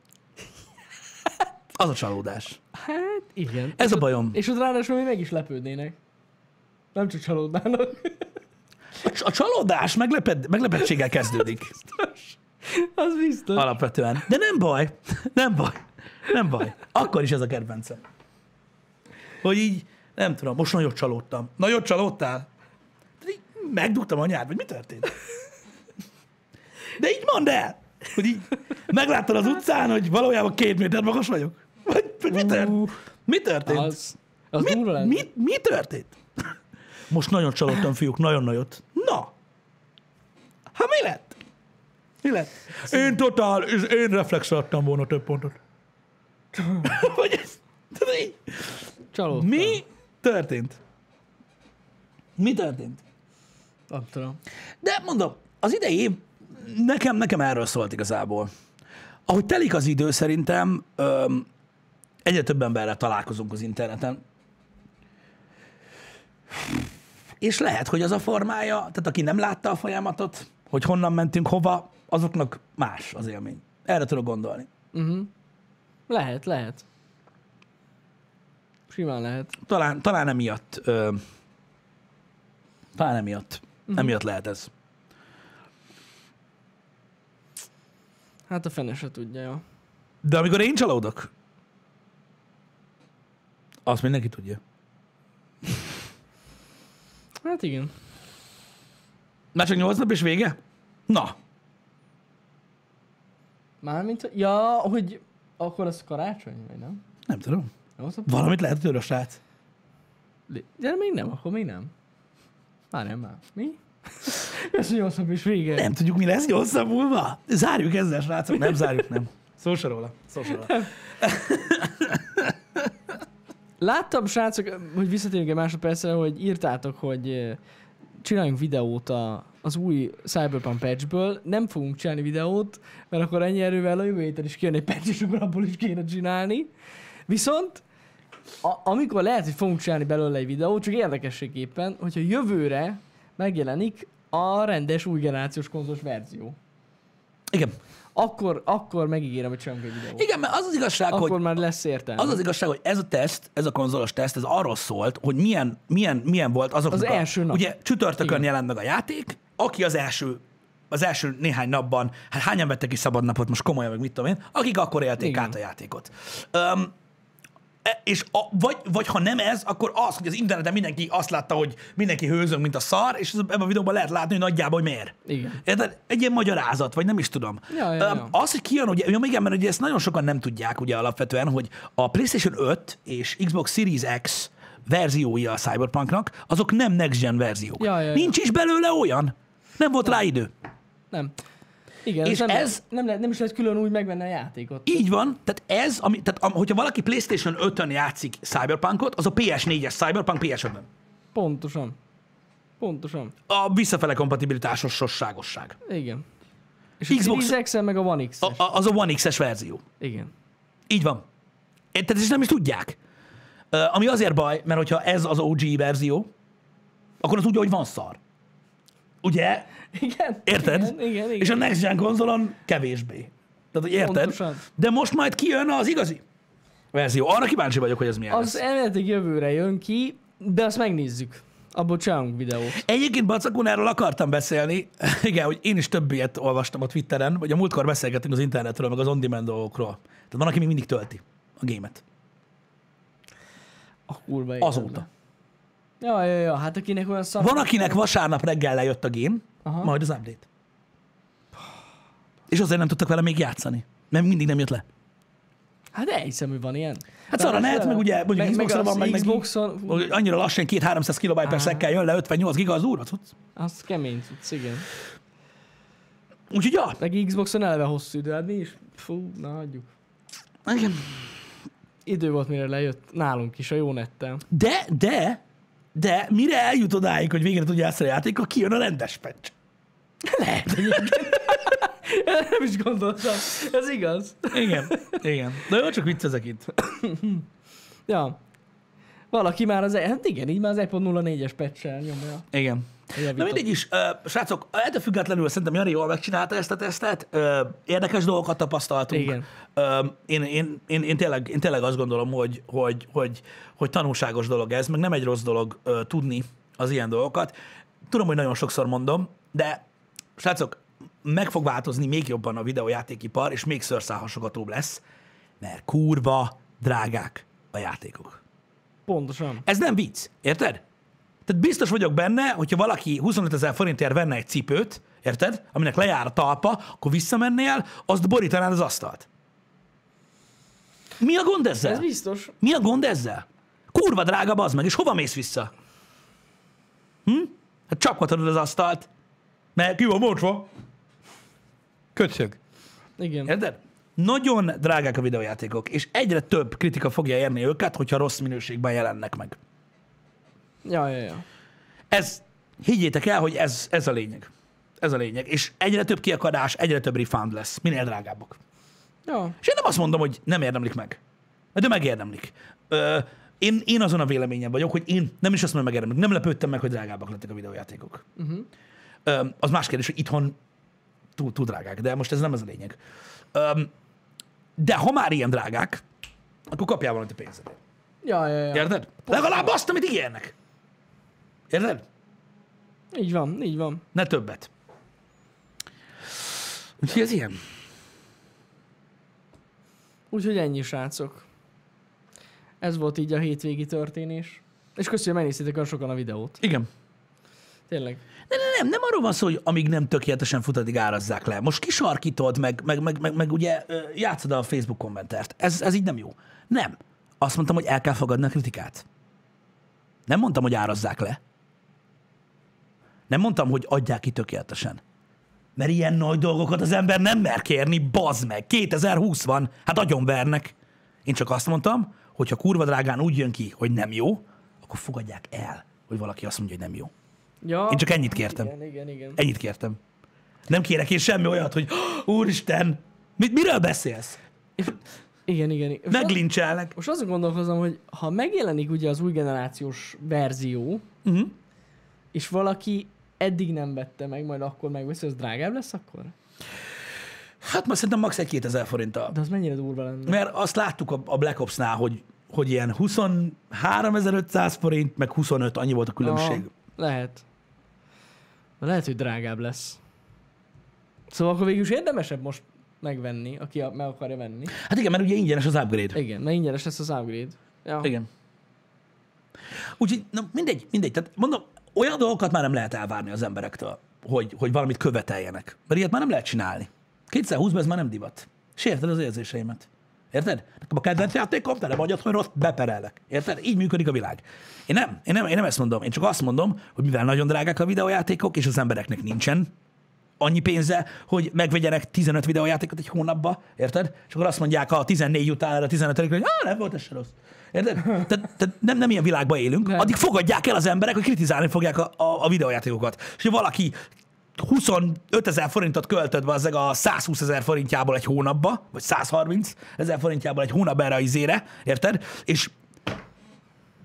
Az a csalódás. Hát igen. Ez És a ott- bajom. És ott ráadásul még meg is lepődnének. Nem csak csalódnának. A csalódás megleped, meglepettséggel kezdődik. Az biztos. Alapvetően. De nem baj. Nem baj. Nem baj. Akkor is ez a kedvencem. Hogy így, nem tudom, most nagyot csalódtam. Nagyot csalódtál? De így Megdugtam anyád, vagy mi történt? De így mondd el, hogy így megláttad az utcán, hogy valójában két méter magas vagyok. Vagy, vagy mi, Ú, történt? mi történt? Az, az mi, durva lenne. mi, mi történt? Most nagyon csalódtam, fiúk, nagyon nagyot. Na! Hát mi lett? Mi lett? Én totál, én reflexre adtam volna több pontot. Vagy ez, tehát így, Csalódtam. mi történt? Mi történt? Nem tudom. De mondom, az idei év nekem, nekem erről szólt igazából. Ahogy telik az idő, szerintem öm, egyre több emberrel találkozunk az interneten. És lehet, hogy az a formája, tehát aki nem látta a folyamatot, hogy honnan mentünk hova, azoknak más az élmény. Erre tudok gondolni. Lehet, lehet. Simán lehet. Talán, talán emiatt, ö, talán emiatt, emiatt lehet ez. Hát a fene se tudja, jó. De amikor én csalódok, azt mindenki tudja. Hát igen. Már csak 8 nap és vége? Na, Mármint, hogy- ja, hogy akkor az karácsony, vagy nem? nem tudom. Nem az a... Valamit lehet tőle a srác. De még nem, akkor még nem. Már nem, már. Mi? Ez hogy hosszabb is vége. Nem tudjuk, mi lesz 8 nap múlva. Zárjuk ezzel, srácok. Nem zárjuk, nem. Szó se róla. Szó se róla. Láttam, srácok, hogy visszatérünk egy másodpercre, hogy írtátok, hogy eh, csináljunk videót a, az új Cyberpunk patchből. Nem fogunk csinálni videót, mert akkor ennyi erővel a jövő héten is kijön egy patch, és akkor abból is kéne csinálni. Viszont, a, amikor lehet, hogy fogunk csinálni belőle egy videót, csak érdekességképpen, hogyha jövőre megjelenik a rendes új generációs konzolos verzió. Igen. Akkor, akkor megígérem, hogy csinálunk egy videót. Igen, mert az az igazság, Akkor hogy már lesz értelme. az az igazság, hogy ez a teszt, ez a konzolos teszt, ez arról szólt, hogy milyen, milyen, milyen volt azok. Az első nap. Ugye csütörtökön Igen. jelent meg a játék, aki az első az első néhány napban, hát hányan vettek ki szabad napot, most komolyan, meg mit tudom én, akik akkor élték Igen. át a játékot. Um, és a, vagy, vagy ha nem ez, akkor az, hogy az interneten mindenki azt látta, hogy mindenki hőzöng, mint a szar, és ez- ebben a videóban lehet látni, hogy nagyjából hogy miért. Igen. Érted? Egy ilyen magyarázat, vagy nem is tudom. Ja, ja, Öm, ja. Az, hogy kijön, ugye, ja, igen, mert ugye ezt nagyon sokan nem tudják ugye alapvetően, hogy a PlayStation 5 és Xbox Series X verziói a Cyberpunknak, azok nem next gen verziók. Ja, ja, ja. Nincs is belőle olyan. Nem volt rá idő. Nem. Igen, És és nem, ez- ez... nem, lehet, nem is lehet külön úgy megvenni a játékot. Így van, tehát ez, ami, tehát, am- hogyha valaki PlayStation 5-ön játszik Cyberpunkot, az a PS4-es Cyberpunk PS5-ön. Pontosan. Pontosan. A visszafele kompatibilitásos sosságosság. Igen. És a Xbox- Xbox... Series X-en meg a One x A, a, az a One X-es verzió. Igen. Így van. Érted, és nem is tudják. Ö, ami azért baj, mert hogyha ez az OG verzió, akkor az úgy, hogy van szar. Ugye? Igen. Érted? Igen, igen. igen. És a Next Gen konzolon kevésbé. Tehát, hogy érted? Pontosan. De most majd kijön az igazi verzió. Arra kíváncsi vagyok, hogy ez milyen Az lesz. elméletileg jövőre jön ki, de azt megnézzük. Abból csinálunk videót. Egyébként Bacakon erről akartam beszélni. Igen, hogy én is több ilyet olvastam a Twitteren, vagy a múltkor beszélgettünk az internetről, meg az on-demand dolgokról. Tehát van, aki még mindig tölti a gémet. A kurva életbe. Azóta. Ja, ja, ja. Hát akinek olyan szar... Van, akinek vasárnap reggel lejött a game, Aha. Aha. majd az update. És azért nem tudtak vele még játszani. Mert mindig nem jött le. Hát elhiszem, hogy van ilyen. Hát szar a net, meg ugye mondjuk Xboxra van, meg meg meg- Xboxon, hú, Hogy Annyira lassan 2-300 kilobájt per szekkel jön le 58 giga az úr, cucc. az kemény tudsz, igen. Úgyhogy ja, Meg Xboxon eleve hosszú idő, hát mi is, fú, na hagyjuk. igen. Idő volt, mire lejött nálunk is a jó nettel. De, de, de mire eljut odáig, hogy végre tudja ezt a játékot, kijön a rendes patch. Lehet. Nem is gondoltam, ez igaz. Igen, igen. De jó, csak viccezek itt. Ja. Valaki már az, hát igen, így már az 1.04-es patch-sel nyomja. Igen. Na javított. mindegy is, ö, srácok, ettől függetlenül szerintem Jani jól megcsinálta ezt a tesztet, ö, érdekes dolgokat tapasztaltunk. Igen. Ö, Én, én, én, én, tényleg, én tényleg azt gondolom, hogy, hogy, hogy, hogy tanulságos dolog ez, meg nem egy rossz dolog ö, tudni az ilyen dolgokat. Tudom, hogy nagyon sokszor mondom, de srácok, meg fog változni még jobban a videójátékipar, és még szőrszálhasogatóbb lesz, mert kurva drágák a játékok. Pontosan. Ez nem vicc, érted? Tehát biztos vagyok benne, hogyha valaki 25 ezer forintért venne egy cipőt, érted? Aminek lejár a talpa, akkor visszamennél, azt borítanád az asztalt. Mi a gond Ez ezzel? biztos. Mi a gond ezzel? Kurva drága az meg, és hova mész vissza? Hm? Hát csapkodod az asztalt, mert Ki van bontva? Kötszög. Igen. Érted? Nagyon drágák a videójátékok, és egyre több kritika fogja érni őket, hogyha rossz minőségben jelennek meg. Ja, ja, ja. Ez, higgyétek el, hogy ez, ez a lényeg. Ez a lényeg. És egyre több kiakadás, egyre több refund lesz, minél drágábbak. Ja, És én nem azt mondom, hogy nem érdemlik meg. De megérdemlik. Ö, én, én azon a véleményen vagyok, hogy én nem is azt mondom, hogy megérdemlik. Nem lepődtem meg, hogy drágábbak lettek a videójátékok. Uh-huh. Ö, az más kérdés, hogy itthon túl, túl drágák, de most ez nem ez a lényeg. Ö, de ha már ilyen drágák, akkor kapjál valamit a pénzedért. ja, ja, ja. Érted? Legalább azt, amit ígérnek. Érted? Így van, így van. Ne többet. Úgyhogy ez ilyen. Úgyhogy ennyi, srácok. Ez volt így a hétvégi történés. És köszönöm, hogy megnéztétek olyan sokan a videót. Igen. Tényleg. De nem, nem, nem arról van szó, hogy amíg nem tökéletesen fut, addig árazzák le. Most kisarkítod, meg, meg, meg, meg, meg ugye ö, játszod a Facebook kommentert. Ez, ez így nem jó. Nem. Azt mondtam, hogy el kell fogadni a kritikát. Nem mondtam, hogy árazzák le. Nem mondtam, hogy adják ki tökéletesen. Mert ilyen nagy dolgokat az ember nem mer kérni, bazd meg. 2020 van, hát agyonvernek. Én csak azt mondtam, hogy ha kurva drágán úgy jön ki, hogy nem jó, akkor fogadják el, hogy valaki azt mondja, hogy nem jó. Ja. Én csak ennyit kértem. Igen, igen, igen. Ennyit kértem. Nem kérek én semmi olyat, hogy úristen, mit, miről beszélsz? Igen, igen. igen. Most az- Meglincselnek. Most azon gondolkozom, hogy ha megjelenik ugye az új generációs verzió, Mhm. és valaki eddig nem vette meg, majd akkor megveszi, az drágább lesz akkor? Hát már szerintem max. 1-2000 forinttal. De az mennyire durva lenne? Mert azt láttuk a, a Black Ops-nál, hogy, hogy ilyen 23500 forint, meg 25, annyi volt a különbség. Aha, lehet. De lehet, hogy drágább lesz. Szóval akkor végül is érdemesebb most megvenni, aki a- meg akarja venni. Hát igen, mert ugye ingyenes az upgrade. Igen, mert ingyenes lesz az upgrade. Ja. Igen. Úgyhogy, na, mindegy, mindegy. Tehát mondom, olyan dolgokat már nem lehet elvárni az emberektől, hogy, hogy valamit követeljenek. Mert ilyet már nem lehet csinálni. 2020-ban ez már nem divat. Sérted az érzéseimet. Érted? Nekem a kedvenc játékom, te nem vagy otthon rossz, beperellek. Érted? Így működik a világ. Én nem, én nem, én nem ezt mondom. Én csak azt mondom, hogy mivel nagyon drágák a videójátékok, és az embereknek nincsen annyi pénze, hogy megvegyenek 15 videójátékot egy hónapba, érted? És akkor azt mondják a 14 után, a 15 hogy ah, nem volt ez se rossz. Érted? Tehát tehát nem, nem ilyen világban élünk. Nem. Addig fogadják el az emberek, hogy kritizálni fogják a, a, a videójátékokat. És ha valaki 25 ezer forintot költött be a 120 ezer forintjából egy hónapba, vagy 130 ezer forintjából egy hónap erre az izére, érted? És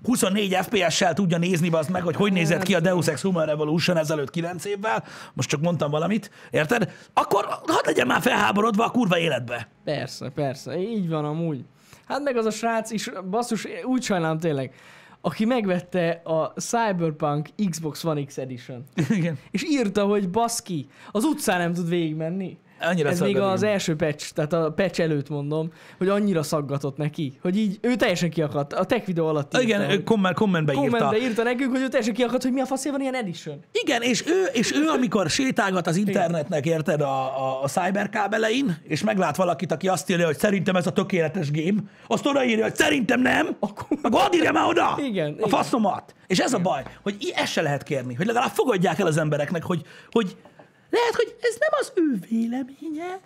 24 FPS-sel tudja nézni az meg, hogy hogy nézett ki a Deus Ex Human Revolution ezelőtt 9 évvel, most csak mondtam valamit, érted? Akkor hadd legyen már felháborodva a kurva életbe. Persze, persze, így van amúgy. Hát meg az a srác is, basszus, úgy sajnálom tényleg, aki megvette a Cyberpunk Xbox One X Edition, Igen. és írta, hogy baszki, az utcán nem tud végigmenni. Annyira Ez még szaggat, az igen. első patch, tehát a patch előtt mondom, hogy annyira szaggatott neki, hogy így ő teljesen kiakadt. A tech videó alatt írta, Igen, hogy- ő komment, kommentbe írta. kommentbe írta nekünk, hogy ő teljesen kiakadt, hogy mi a faszé van ilyen edition. Igen, és ő, és ő amikor sétálgat az internetnek, érted, a, a, a cyberkábelein, és meglát valakit, aki azt írja, hogy szerintem ez a tökéletes game, azt odaírja, hogy szerintem nem, Akkor- akkor hadd írja már oda Igen, a igen. faszomat. És ez a baj, hogy i- ezt se lehet kérni, hogy legalább fogadják el az embereknek, hogy, hogy lehet, hogy ez nem az ő véleménye,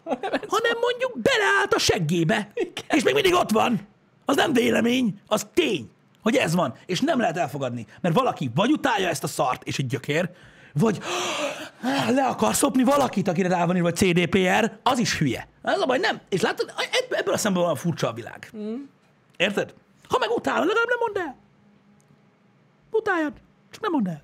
hanem mondjuk beleállt a seggébe, és még mindig ott van. Az nem vélemény, az tény, hogy ez van, és nem lehet elfogadni, mert valaki vagy utálja ezt a szart, és egy gyökér, vagy le akar szopni valakit, akire rá van írva hogy CDPR, az is hülye. Ez a baj, nem. És látod, ebb- ebből a szemben van furcsa a világ. Mm. Érted? Ha meg utálod, legalább nem mondd el. Utáljad, csak nem mondd el.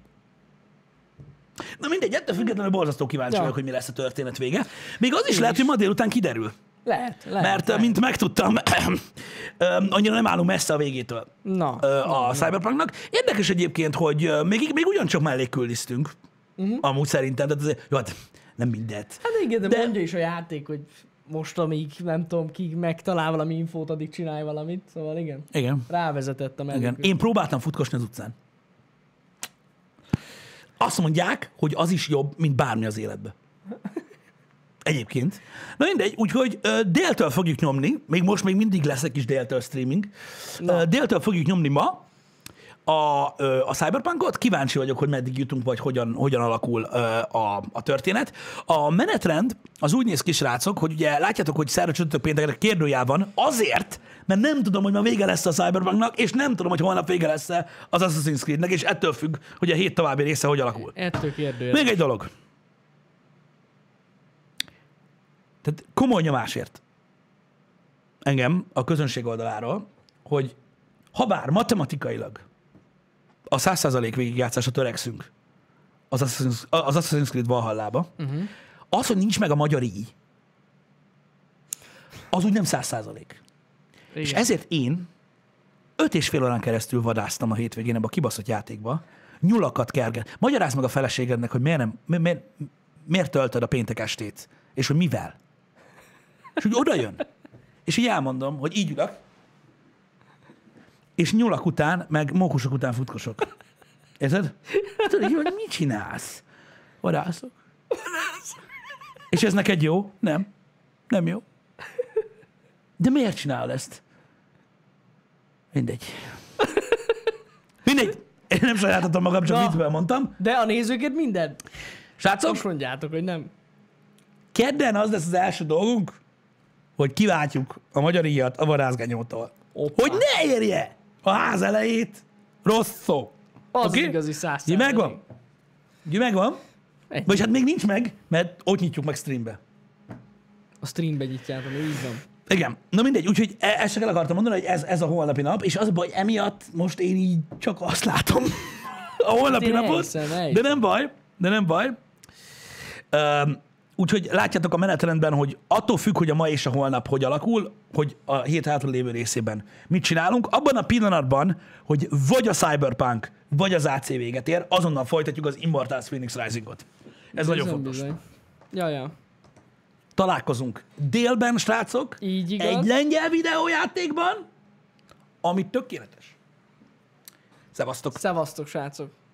Na mindegy, ettől függetlenül borzasztó kíváncsi Ja. vagyok, hogy mi lesz a történet vége. Még az is lehet, hogy ma délután kiderül. Lehet, lehet. Mert, lehet. mint megtudtam, öm, annyira nem állunk messze a végétől Na, ö, a Cyberpunknak. Érdekes egyébként, hogy ö, még, még ugyancsak mellé küldiztünk. Mhm. Uh-huh. Amúgy szerintem, tehát azért, jó, hát nem mindet. hát igen, de, de- de mondja is a játék, hogy most amíg nem tudom ki megtalál valami infót, addig csinálj valamit, szóval igen. Igen. Rávezetett a Igen. mellégük. Én próbáltam futkosni az utcán. Azt mondják, hogy az is jobb, mint bármi az életbe. Egyébként. Na mindegy, úgyhogy ö, déltől fogjuk nyomni, még most még mindig lesz egy kis déltől streaming. Ö, déltől fogjuk nyomni ma a, ö, a Cyberpunkot. Kíváncsi vagyok, hogy meddig jutunk, vagy hogyan, hogyan alakul ö, a, a történet. A menetrend az úgy néz ki, srácok, hogy ugye látjátok, hogy szerda csütörtök péntekre kérdőjel van, azért, mert nem tudom, hogy ma vége lesz a Cyberpunknak, és nem tudom, hogy holnap vége lesz az Assassin's Creednek, és ettől függ, hogy a hét további része hogy alakul. Ettől kérdője. Még egy dolog. Tehát komoly nyomásért engem a közönség oldaláról, hogy ha bár matematikailag a 100% végigjátszásra törekszünk az Assassin's, az Assassin's Creed Valhallába, uh-huh. az, hogy nincs meg a magyar így, az úgy nem 100%. És Igen. ezért én öt és fél órán keresztül vadáztam a hétvégén ebbe a kibaszott játékba, nyulakat kergen. Magyarázd meg a feleségednek, hogy miért, nem, mi- miért, miért töltöd a péntek estét, és hogy mivel. És úgy oda jön. És így elmondom, hogy így ülök, és nyulak után, meg mókusok után futkosok. Érted? Tudod, így, hogy mit csinálsz? Vadászok. És ez neked jó? Nem. Nem jó. De miért csinálod ezt? Mindegy. Mindegy. Én nem sajátottam magam, csak Na. viccből mondtam. De a nézőket minden. Srácok, Most mondjátok, hogy nem. kedden az lesz az első dolgunk, hogy kiváltjuk a magyar íjat a varázsgányótól. Hoppá. Hogy ne érje a ház elejét rossz szó. Az Oké? okay? igazi száz Ugye megvan? Ugye megvan? Ennyi. Vagy hát még nincs meg, mert ott nyitjuk meg streambe. A streambe nyitjátok, így van. Igen. Na mindegy, úgyhogy e- ezt csak el akartam mondani, hogy ez, ez a holnapi nap, és az a baj, emiatt most én így csak azt látom a holnapi Én napot. elhiszem, elhiszem. De nem baj, de nem baj. Üm, úgyhogy látjátok a menetrendben, hogy attól függ, hogy a ma és a holnap hogy alakul, hogy a hét hátra lévő részében mit csinálunk. Abban a pillanatban, hogy vagy a Cyberpunk, vagy az AC véget ér, azonnal folytatjuk az Immortals Phoenix Risingot. Ez nagyon Bizony, fontos. bizony. Ja, ja. Találkozunk délben, srácok. Így igaz. Egy lengyel videójátékban, ami tökéletes. Szevasztok! Szevasztok, srácok.